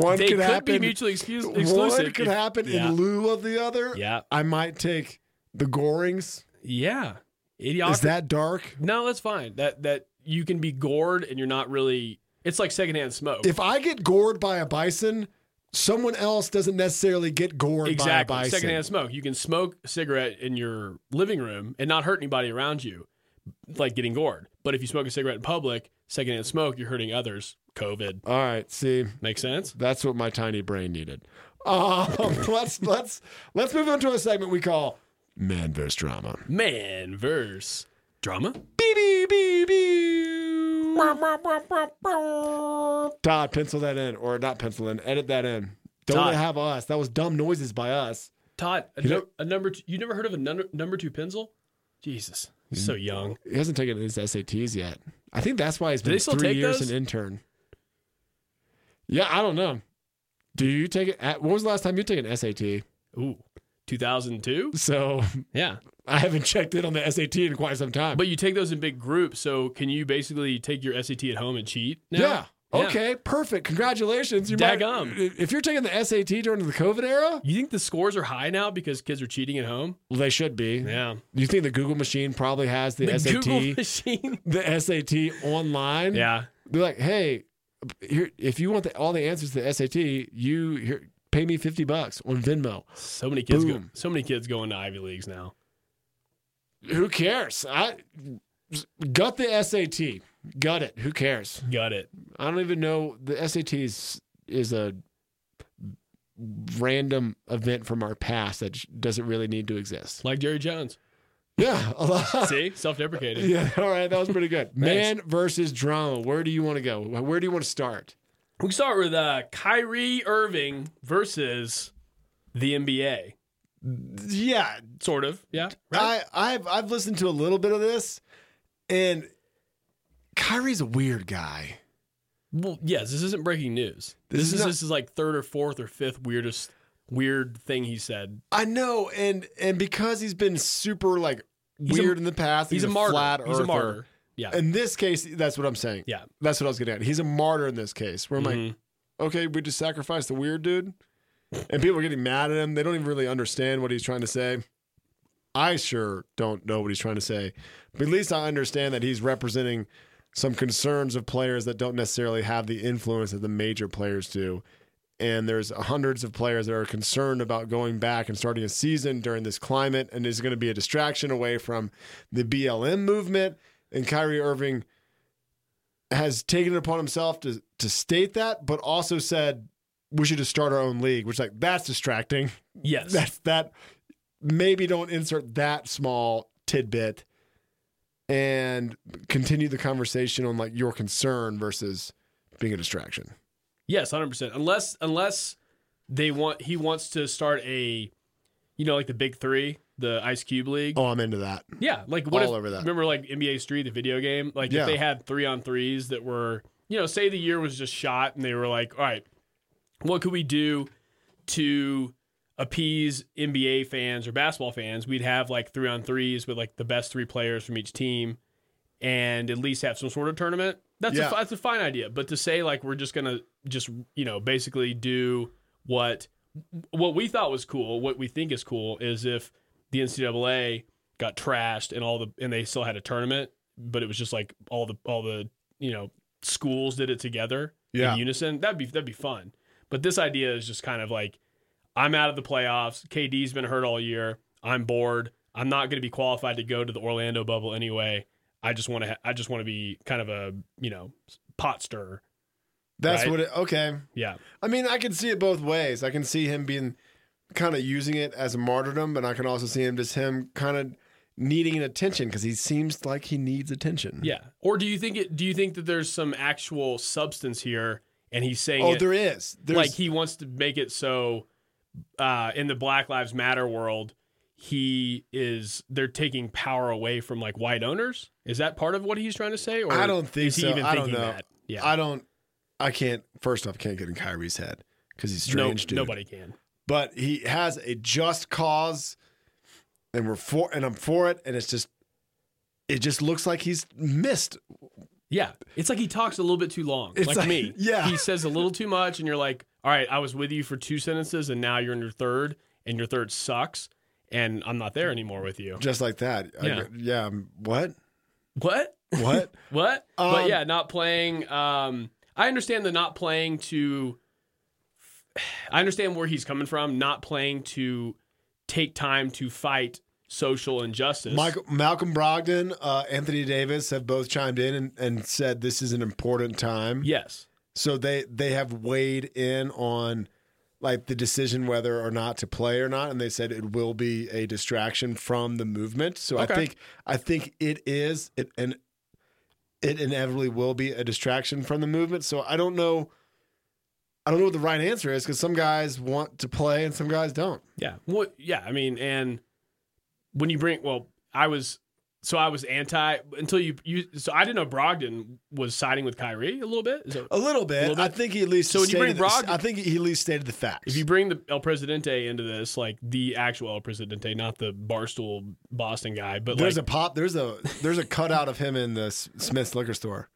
one They could could happen, be mutually excuse- exclusive. one could if- happen Yeah. in lieu of the other. Yeah. I might take the Gorings. Yeah. Idiotic. Is that dark? no, that's fine. That that you can be gored and you're not really it's like secondhand smoke. If I get gored by a bison, someone else doesn't necessarily get gored exactly. by a bison. Secondhand smoke. You can smoke a cigarette in your living room and not hurt anybody around you, like getting gored. But if you smoke a cigarette in public, secondhand smoke, you're hurting others. COVID. All right, see, Make sense? that's what my tiny brain needed. Um, let's let's let's move on to a segment we call Man vs. Drama. Man verse drama. Todd, pencil that in, or not pencil in, edit that in. Don't Todd. let it have us. That was dumb noises by us. Todd, a, You nu- know- a number two, you never heard of a nun- number two pencil? Jesus, Mm-hmm. he's so young. He hasn't taken his SATs yet. I think that's why he's they been still three take years those? an intern. Yeah, I don't know. Do you take it? At, when was the last time you took an SAT? Ooh, 2002. So Yeah, I haven't checked in on the SAT in quite some time. but you take those in big groups. So can you basically take your SAT at home and cheat? now? yeah. Okay, perfect. Congratulations. You Dadgum. If you're taking the SAT during the COVID era, You think the scores are high now because kids are cheating at home? well, they should be. Yeah. You think the Google machine probably has the, The SAT Google machine. the SAT online? Yeah. They're like, "Hey, here if you want the, all the answers to the SAT, you here, pay me 50 bucks on Venmo." So many kids go, Boom. so many kids going to Ivy Leagues now. Who cares? I gut the SAT. Gut it. Who cares? Got it. I don't even know the SAT is, is a random event from our past that j- doesn't really need to exist. Like Jerry Jones. Yeah, a lot. See? Self-deprecating. Yeah, all right, that was pretty good. Man versus drama. Where do you want to go? Where do you want to start? We can start with uh, Kyrie Irving versus the NBA. Yeah, Sort of. Yeah. I, I've I've listened to a little bit of this, and Kyrie's a weird guy. Well, yes, this isn't breaking news. This This, is is, not- this is like third or fourth or fifth weirdest weird thing he said. I know, and and because he's been super like a- weird in the past, He's, he's, a, martyr. flat he's earther. a martyr. Yeah. In this case, that's what I'm saying. Yeah. that's what I was getting at. He's a martyr in this case. Where I'm Mhm. like, okay, we just sacrificed the weird dude, and people are getting mad at him. They don't even really understand what he's trying to say. I sure don't know what he's trying to say, but at least I understand that he's representing some concerns of players that don't necessarily have the influence that the major players do. And there's hundreds of players that are concerned about going back and starting a season during this climate, and is going to be a distraction away from the BLM movement. And Kyrie Irving has taken it upon himself to to state that, but also said we should just start our own league, which like that's distracting. Yes. That's that. Maybe don't insert that small tidbit and continue the conversation on like your concern versus being a distraction. Yes, hundred percent. Unless unless they want he wants to start a, you know, like the big three, the Ice Cube League. Oh, I'm into that. yeah, like what all if- over that. Remember like NBA Street, the video game. Like Yeah. if they had three on threes that were, you know, say the year was just shot and they were like, all right, what could we do to appease NBA fans or basketball fans? We'd have like three on threes with like the best three players from each team, and at least have some sort of tournament. That's Yeah. a, that's a fine idea, but to say like we're just gonna just you know basically do what what we thought was cool, what we think is cool, is if the NCAA got trashed and all the and they still had a tournament, but it was just like all the all the you know schools did it together Yeah. in unison. That'd be that'd be fun. But this idea is just kind of like I'm out of the playoffs. KD's been hurt all year. I'm bored. I'm not going to be qualified to go to the Orlando bubble anyway. I just want to. Ha- I just want to be kind of a you know pot stirrer. That's Right. what it okay. Yeah. I mean, I can see it both ways. I can see him being kind of using it as a martyrdom, but I can also see him just him kind of needing an attention because he seems like he needs attention. Yeah. Or do you think it? Do you think that there's some actual substance here, and he's saying Oh, it, there is. There's, like he wants to make it so uh, in the Black Lives Matter world, he is they're taking power away from like white owners. Is that part of what he's trying to say? Or I don't think is he so. even I don't thinking know. that? Yeah. I don't. I can't. First off, can't get in Kyrie's head because he's strange, no, dude. nobody can. But he has a just cause, and we're for, and I'm for it, and it's just, it just looks like he's missed. Yeah. It's like he talks a little bit too long. It's like, like- me. yeah. He says a little too much and you're like, all right, I was with you for two sentences and now you're in your third and your third sucks and I'm not there anymore with you. Just like that. I- Yeah. yeah. I'm- What? What? What? What? Um, but yeah, not playing. Um, I understand the not playing to. I understand where he's coming from. Not playing to take time to fight social injustice. Michael, Malcolm Brogdon, uh, Anthony Davis have both chimed in and, and said this is an important time. Yes. So they they have weighed in on like the decision whether or not to play or not, and they said it will be a distraction from the movement. So I Okay. think I think it is it and it inevitably will be a distraction from the movement. So I don't know. I don't know what the right answer is because some guys want to play and some guys don't. Yeah. What? Yeah. I mean, and when you bring, well, I was so I was anti until you you. So I didn't know Brogdon was siding with Kyrie a little bit. Is that, A little bit. Little bit. I think he at least. So when you bring stated the- Brogdon- I think he at least stated the facts. If you bring the El Presidente into this, like the actual El Presidente, not the barstool Boston guy, but There's like a pop. There's a there's a cutout of him in the S- Smith's liquor store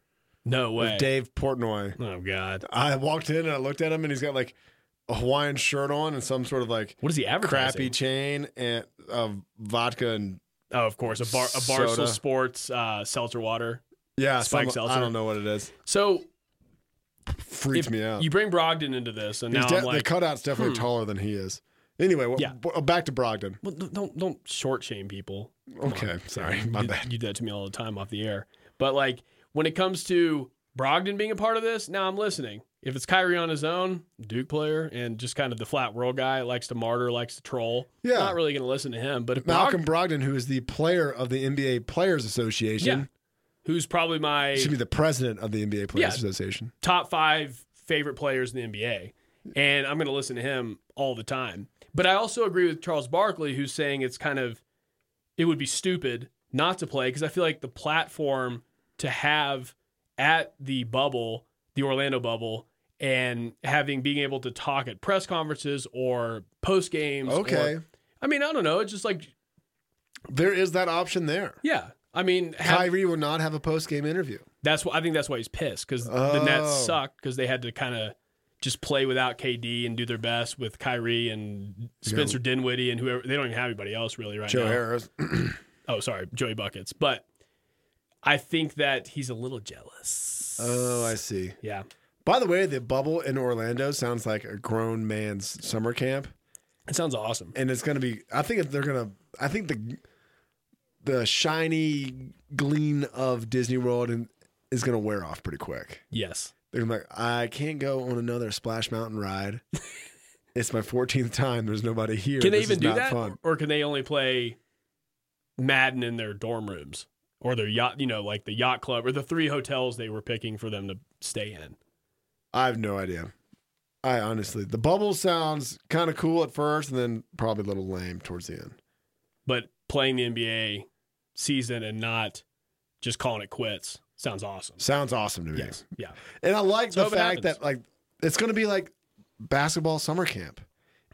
no way. with Dave Portnoy. Oh God! I walked in and I looked at him and he's got like a Hawaiian shirt on and some sort of like What is he advertising? crappy chain and of vodka and Oh, of course, a bar, a Soda. Barstool Sports uh, seltzer water. yeah, Spike some- Seltzer. I don't know what it is. So Freaks if me out. you bring Brogdon into this, and He's now de- I'm the like, hmm. cutout's definitely taller than he is. Anyway, wh- Yeah. b- back to Brogdon. well, don't- don't don't short shame people. Okay, sorry, my you, bad. You do that to me all the time off the air. But like when it comes to Brogdon being a part of this, now I'm listening. If it's Kyrie on his own, Duke player, and just kind of the flat world guy, likes to martyr, likes to troll. Yeah. not really going to listen to him. But if Malcolm Brogdon, Brogdon, who is the player of the NBA Players Association, who's probably my should be the president of the NBA Players Yeah. Association. top five favorite players in the NBA, and I'm going to listen to him all the time. But I also agree with Charles Barkley, who's saying it's kind of it would be stupid not to play because I feel like the platform to have at the bubble, the Orlando bubble, and having being able to talk at press conferences or post games. or- Okay. I mean, I don't know. It's just like There is that option there. yeah. I mean, have- Kyrie will not have a post game interview. That's why I think that's why he's pissed because the Nets Oh. sucked because they had to kind of just play without KD and do their best with Kyrie and Spencer Dinwiddie and whoever. They don't even have anybody else really right Joe now. Harris. Oh, sorry, Joey buckets. But I think that he's a little jealous. Oh, I see. yeah, By the way, the bubble in Orlando sounds like a grown man's summer camp, it sounds awesome. and it's going to be. I think they're going to. I think the the shiny gleam of Disney World and is going to wear off pretty quick. Yes, They're gonna be like, I can't go on another Splash Mountain ride. it's my 14th time. There's nobody here. Can This they even is do not that, Fun. or can they only play Madden in their dorm rooms or their yacht? You know, like the yacht club or the three hotels they were picking for them to stay in. I have no idea. I honestly, the bubble sounds kind of cool at first, and then probably a little lame towards the end. But playing the NBA season and not just calling it quits sounds awesome. Sounds awesome to me. Yes, yeah. And I like So the if it fact happens. that like it's going to be like basketball summer camp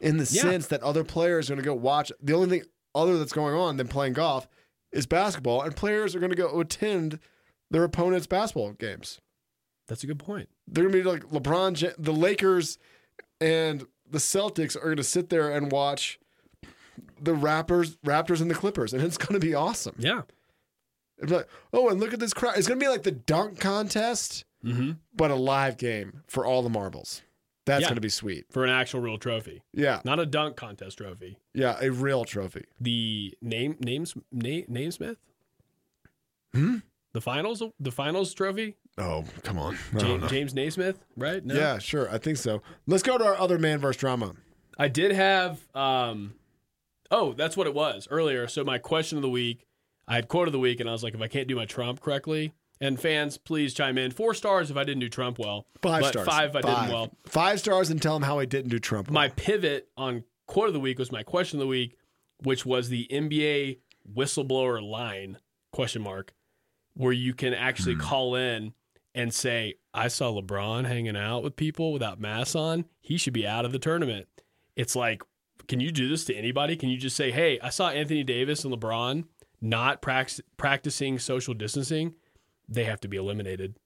in the Yeah. sense that other players are going to go watch. The only thing other that's going on than playing golf is basketball, and players are going to go attend their opponents' basketball games. That's a good point. They're going to be like LeBron, Ja- the Lakers, and the Celtics are going to sit there and watch the Raptors, Raptors, and the Clippers, and it's going to be awesome. Yeah. It'd be like, oh, and look at this crowd. It's going to be like the dunk contest, Mm-hmm. but a live game for all the marbles. That's Yeah. going to be sweet. For an actual real trophy, Yeah. not a dunk contest trophy. Yeah. A real trophy. The name names na- namesmith. Hmm? The finals, the finals trophy. Oh, come on. I don't James, know. James Naismith, right? No? Yeah, sure. I think so. Let's go to our other man versus drama. I did have um oh, that's what it was earlier. So my question of the week, I had quote of the week and I was like if I can't do my Trump correctly, and fans please chime in. 4 stars if I didn't do Trump well. Five but stars. 5 if I Five. didn't well. Five stars and tell him how he didn't do Trump. My pivot on quote of the week was my question of the week, which was the NBA whistleblower line question mark where you can actually call in and say, I saw LeBron hanging out with people without masks on. He should be out of the tournament. It's like, can you do this to anybody? Can you just say, hey, I saw Anthony Davis and LeBron not prax- practicing social distancing? They have to be eliminated.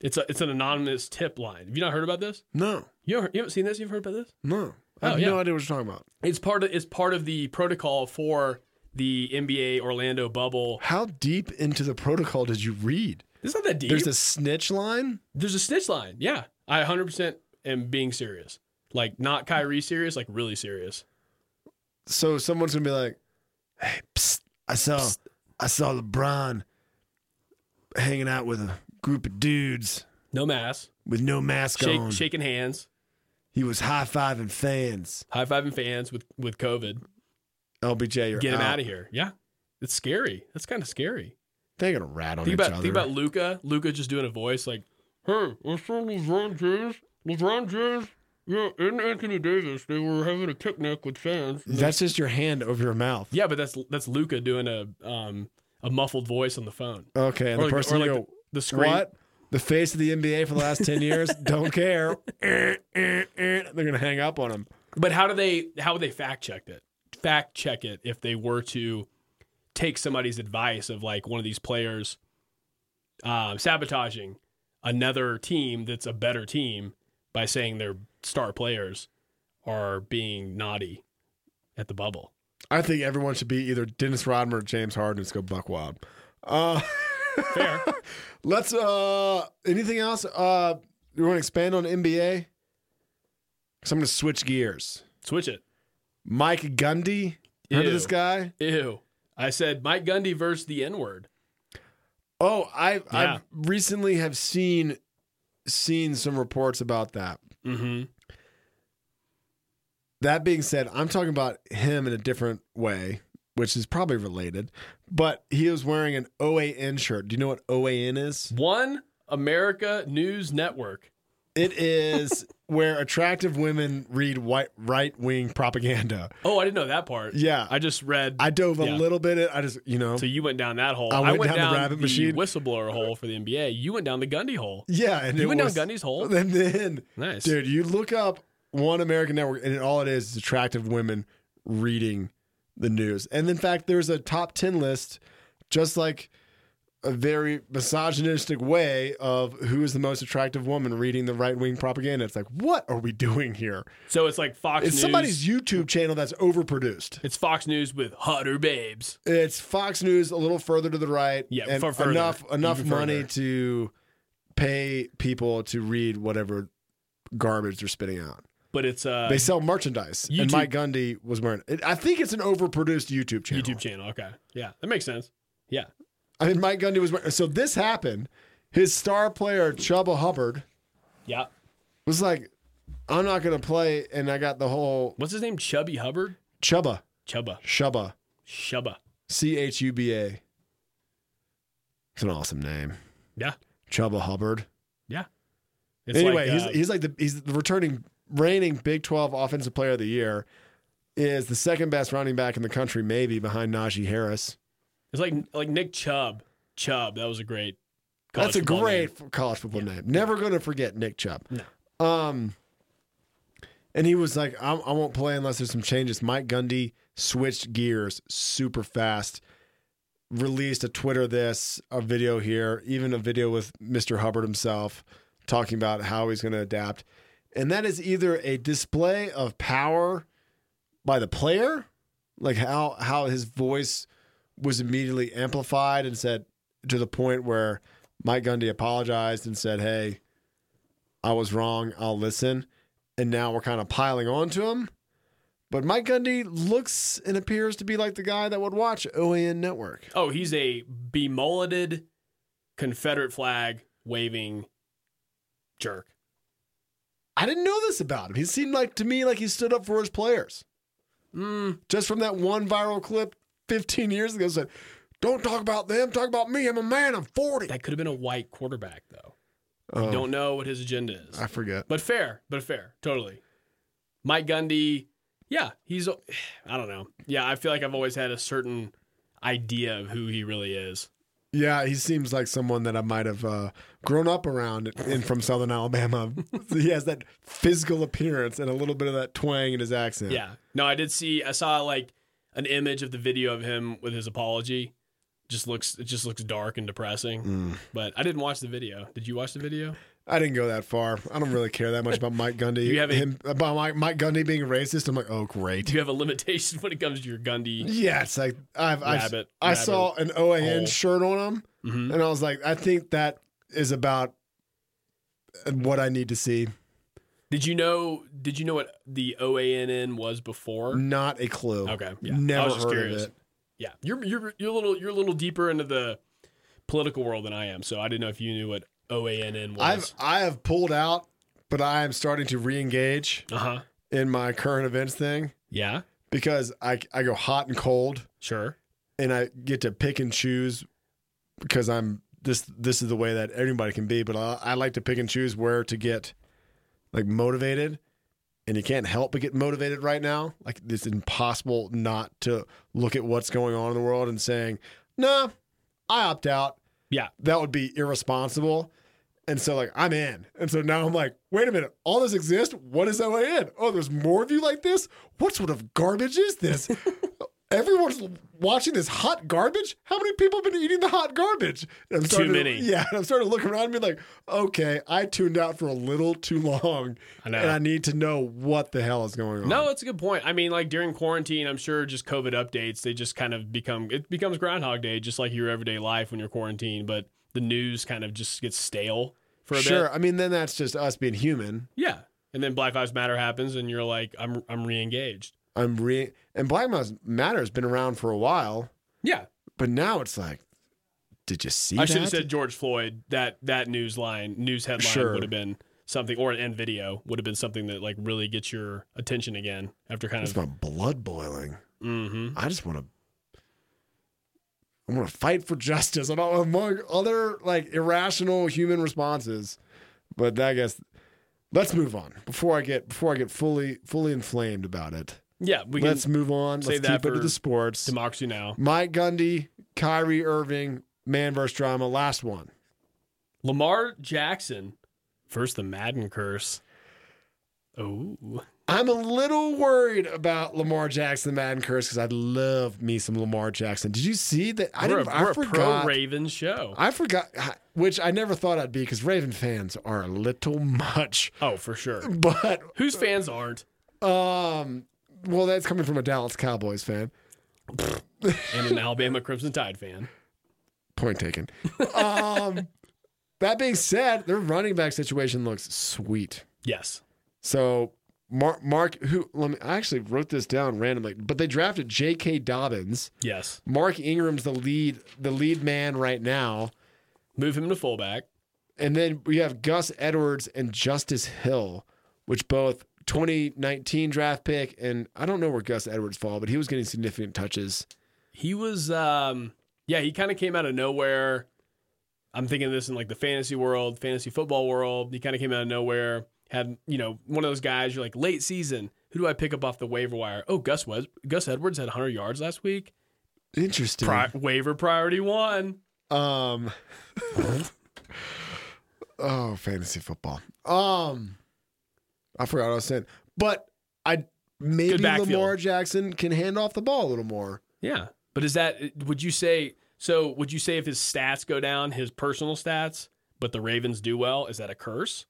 It's, a, it's an anonymous tip line. Have you not heard about this? No, You, haven't- you haven't seen this? You've heard about this? no. I Oh, have yeah. no idea what you're talking about. It's part of it's part of the protocol for the NBA Orlando bubble. How deep into the protocol did you read? It's not that deep. There's a snitch line? There's a snitch line. Yeah. I 100% am being serious. Like, not Kyrie serious, like, really serious. So someone's going to be like, hey, psst, I saw, I saw LeBron hanging out with a group of dudes No mask, with no mask shake, on. shaking hands, He was high fiving fans. high fiving fans with, with COVID. LBJ, you're Get him out. out of here. Yeah. It's scary. That's kind of scary. They're gonna rat on Think each about other. think about Luca. Luca just doing a voice like, "Hey, I saw LeBron James. LeBron James, yeah, and Anthony Davis. They were having a picnic with fans. That's just your hand over your mouth. Yeah, but that's that's Luca doing a um a muffled voice on the phone. Okay, and Or the like- person or you like go, the- the screen- What? The face of the NBA for the last ten years. Don't care. Eh, eh, eh. They're gonna hang up on him. But how do they how would they fact check it? Fact check it if they were to take somebody's advice of like one of these players um, sabotaging another team that's a better team by saying their star players are being naughty at the bubble. I think everyone should be either Dennis Rodman or James Harden. Let's go buck wild. Uh, Fair. let's. uh Anything else? Uh You want to expand on NBA? Because I'm gonna switch gears. Switch it. Mike Gundy. Heard Ew. of this guy? Ew. I said Mike Gundy versus the N word. Oh, I Yeah. I recently have seen seen some reports about that. Mm-hmm. That being said, I'm talking about him in a different way, which is probably related. But he was wearing an OAN shirt. Do you know what OAN is? One America News Network. It is where attractive women read white right wing propaganda. Oh, I didn't know that part. Yeah. I just read. I dove a Yeah. little bit. In, I just you know. So you went down that hole. I went down the rabbit machine. whistleblower hole for the NBA. You went down the Gundy hole. yeah, and You it went down was- Gundy's hole? And then, Nice. dude, you look up one American network, and it, all it is is attractive women reading the news. And in fact, there's a top ten list, just like a very misogynistic way of who is the most attractive woman reading the right wing propaganda. It's like, what are we doing here? So it's like Fox It's News. somebody's YouTube channel that's overproduced. It's Fox News with hotter babes. It's Fox News a little further to the right. Yeah, and far further. enough enough Even money further. to pay people to read whatever garbage they're spitting out. But it's uh, They sell merchandise, and YouTube- Mike Gundy was wearing. It. I think it's an overproduced YouTube channel. YouTube channel. Okay, yeah, that makes sense. Yeah, I mean, Mike Gundy was wearing. So this happened, his star player Chuba Hubbard Yeah. was like, "I'm not gonna play," and I got the whole What's his name? Chubby Hubbard? Chuba Chubba. Shubba Shubba. C H U B A. It's an awesome name, Yeah. Chuba Hubbard. Yeah. It's anyway, like, he's uh, he's like the he's the returning reigning Big Twelve Offensive Player of the Year. Is the second best running back in the country, maybe behind Najee Harris. it's like like Nick Chubb. Chubb. That was a great. college That's a football great name. f- college football name. Never going to forget Nick Chubb. Um, and he was like, I, I won't play unless there's some changes. Mike Gundy switched gears super fast, released a Twitter this, a video here, even a video with Mr. Hubbard himself talking about how he's going to adapt. And that is either a display of power by the player, like how how his voice was immediately amplified and said to the point where Mike Gundy apologized and said, "Hey, I was wrong. I'll listen." And now we're kind of piling on to him. But Mike Gundy looks and appears to be like the guy that would watch OAN Network. Oh, he's a bemolleted Confederate flag waving jerk. I didn't know this about him. He seemed like to me like he stood up for his players. Mm. Just from that one viral clip 15 years ago said, "Don't talk about them. Talk about me. I'm a man. I'm 40." That could have been a white quarterback, though. Oh, You don't know what his agenda is. I forget. But fair, but fair, totally. Mike Gundy, yeah, he's. I don't know. Yeah, I feel like I've always had a certain idea of who he really is. Yeah, he seems like someone that I might have uh, grown up around and from Southern Alabama. he has that physical appearance and a little bit of that twang in his accent. Yeah. No, I did see. I saw like an image of the video of him with his apology. Just looks. It just looks dark and depressing. Mm. But I didn't watch the video. Did you watch the video? I didn't go that far. I don't really care that much about Mike Gundy. You have a- him about Mike, Mike Gundy being racist. I'm like, oh great. Do you have a limitation when it comes to your Gundy? Yeah, it's like I've, I've Rabbit, I saw an OAN hole. shirt on him, Mhm. and I was like, I think that is about what I need to see. Did you know? Did you know what the OANN was before? Not a clue. Okay, yeah. I never was just heard curious. of it. Yeah, you're you're you're a little you're a little deeper into the political world than I am, so I didn't know if you knew what OANN I've was. I have pulled out, but I am starting to re-engage. Uh huh. in my current events thing Yeah. because I I go hot and cold Sure. and I get to pick and choose because I'm this this is the way that everybody can be, but I, I like to pick and choose where to get like motivated. And you can't help but get motivated right now. Like it's impossible not to look at what's going on in the world and saying, "Nah, I opt out." Yeah. that would be irresponsible. And so like I'm in. And so now I'm like, wait a minute, all this exists? What is OAN? Oh, there's more of you like this? What sort of garbage is this? Everyone's watching this hot garbage? How many people have been eating the hot garbage? And I'm Too starting to- many. yeah. And I'm starting to look around and be like, okay, I tuned out for a little too long. I know. And I need to know what the hell is going on. No, it's a good point. I mean, like during quarantine, I'm sure just COVID updates, they just kind of become it becomes Groundhog Day, just like your everyday life when you're quarantined. But the news kind of just gets stale for a Sure. bit. I mean, then that's just us being human. Yeah. And then Black Lives Matter happens, and you're like, I'm I'm reengaged. I'm re and Black Lives Matter has been around for a while, Yeah. but now it's like, did you see I that? should have said George Floyd. That that news line, news headline Sure. would have been something, or an end video would have been something that like really gets your attention again after kind It's of. my blood boiling. hmm I just want to. I want to fight for justice and all among other like irrational human responses, but I guess let's move on before I get before I get fully fully inflamed about it. Yeah, we can. let's move on. Let's save keep that it to for the sports. Democracy now. Mike Gundy, Kyrie Irving, man versus drama. Last one. Lamar Jackson versus the Madden curse. Oh, I'm a little worried about Lamar Jackson, the Madden curse, because I love me some Lamar Jackson. Did you see that? I we're a, didn't. I we're a pro forgot. Ravens show. I forgot, which I never thought I'd be because Raven fans are a little much. oh, for sure. But, Whose fans aren't? um, well, that's coming from a Dallas Cowboys fan. And an Alabama Crimson Tide fan. Point taken. Um, that being said, their running back situation looks sweet. Yes. So, Mark, Mark, who, let me, I actually wrote this down randomly, but they drafted J.K. Dobbins. Yes. Mark Ingram's the lead, the lead man right now. Move him to fullback. And then we have Gus Edwards and Justice Hill, which both 2019 draft pick. And I don't know where Gus Edwards fall, but he was getting significant touches. He was, um, yeah, he kind of came out of nowhere. I'm thinking of this in like the fantasy world, fantasy football world. He kind of came out of nowhere. Had you know one of those guys? You're like late season. Who do I pick up off the waiver wire? Oh, Gus was Gus Edwards had 100 yards last week. Interesting. Pri- waiver priority one. Um. oh, fantasy football. Um, I forgot what I was saying, but I maybe Good backfield. Lamar Jackson can hand off the ball a little more. Yeah, but is that would you say? So would you say if his stats go down, his personal stats, but the Ravens do well, is that a curse?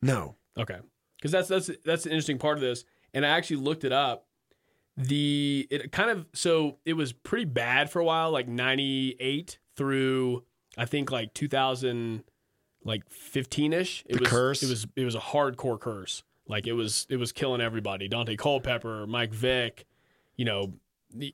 No, Okay, because that's that's that's an interesting part of this, and I actually looked it up. The it kind of so it was pretty bad for a while, like ninety eight through I think like two thousand, like fifteen ish. It The was curse? It was it was a hardcore curse. Like it was it was killing everybody. Dante Culpepper, Mike Vick, you know,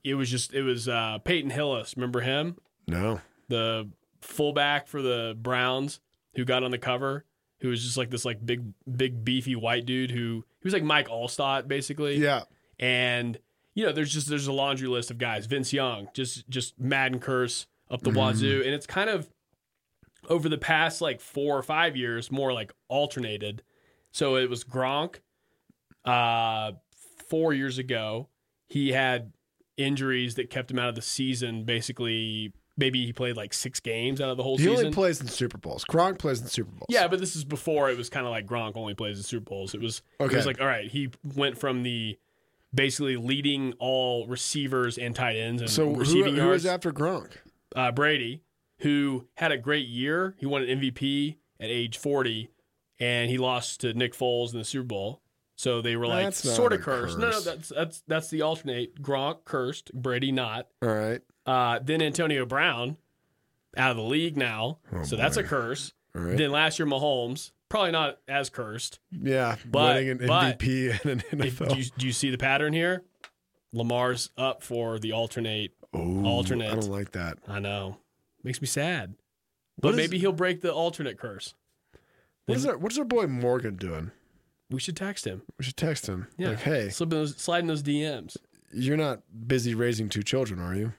it was just it was uh, Peyton Hillis. Remember him? no. the fullback for the Browns who got on the cover, who was just like this like big big beefy white dude who he was like Mike Allstott basically. Yeah, And you know, there's just there's a laundry list of guys. Vince Young, just just Madden curse up Mm-hmm. the wazoo, and it's kind of over the past like four or five years more like alternated. So it was Gronk. Uh, four years ago, he had injuries that kept him out of the season. Basically, maybe he played like six games out of the whole he season. only plays in Super Bowls. Gronk plays in Super Bowls. Yeah, but this is before it was kind of like Gronk only plays in Super Bowls. It was it Okay. was like all right, he went from the basically leading all receivers and tight ends and So who, receiving who yards. is after Gronk? Uh, Brady, who had a great year, he won an MVP at age forty, and he lost to Nick Foles in the Super Bowl. So they were like That's not sort a of cursed. No, no, curse. that's that's that's the alternate. Gronk cursed, Brady not. All right, Uh, then Antonio Brown out of the league now. Oh, so that's a curse. right. Then last year Mahomes, probably not as cursed. yeah, But- winning an but- MVP and an If, NFL. do, you, do you see the pattern here? Lamar's up for the alternate. Ooh, alternate. I don't like that. I know. Makes me sad. But is- maybe he'll break the alternate curse. What is our, what's our boy Morgan doing? We should text him. We should text him. Yeah. Like, hey, Slip in those, slide in those DMs. you're not busy raising two children, are you?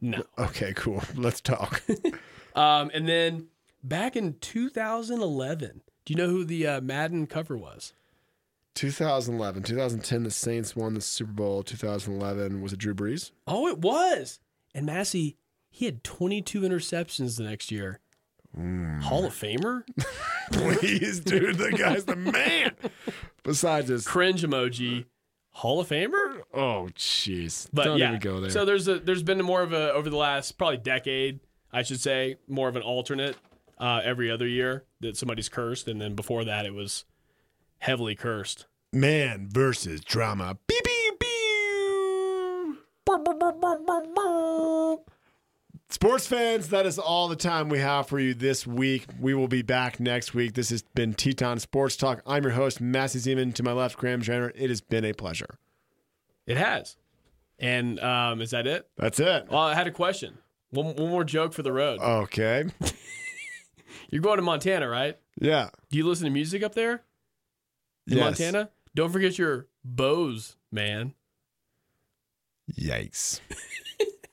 No. Okay, cool. Let's talk. Um, and then back in 2011, do you know who the uh, Madden cover was? 2011, 2010, the Saints won the Super Bowl. 2011 was it Drew Brees? Oh, it was. And Massey, he had 22 interceptions the next year. Mm. Hall of Famer? Please, dude, the guy's the man. Besides this, Cringe emoji. Hall of Famer? oh jeez, But don't yeah. even go there. So there's a there's been more of a over the last probably decade, I should say, more of an alternate uh, every other year that somebody's cursed, and then before that it was heavily cursed. man versus drama. Beep beep beep. Sports fans, that is all the time we have for you this week. We will be back next week. This has been Teton Sports Talk. I'm your host, Massey Zeman. To my left, Graham Jenner. It has been a pleasure. It has. And um, is that it? That's it. Well, I had a question. One, one more joke for the road. Uh, Okay. You're going to Montana, right? Yeah. Do you listen to music up there? in Yes. Montana. Don't forget your Bose, man. Yikes.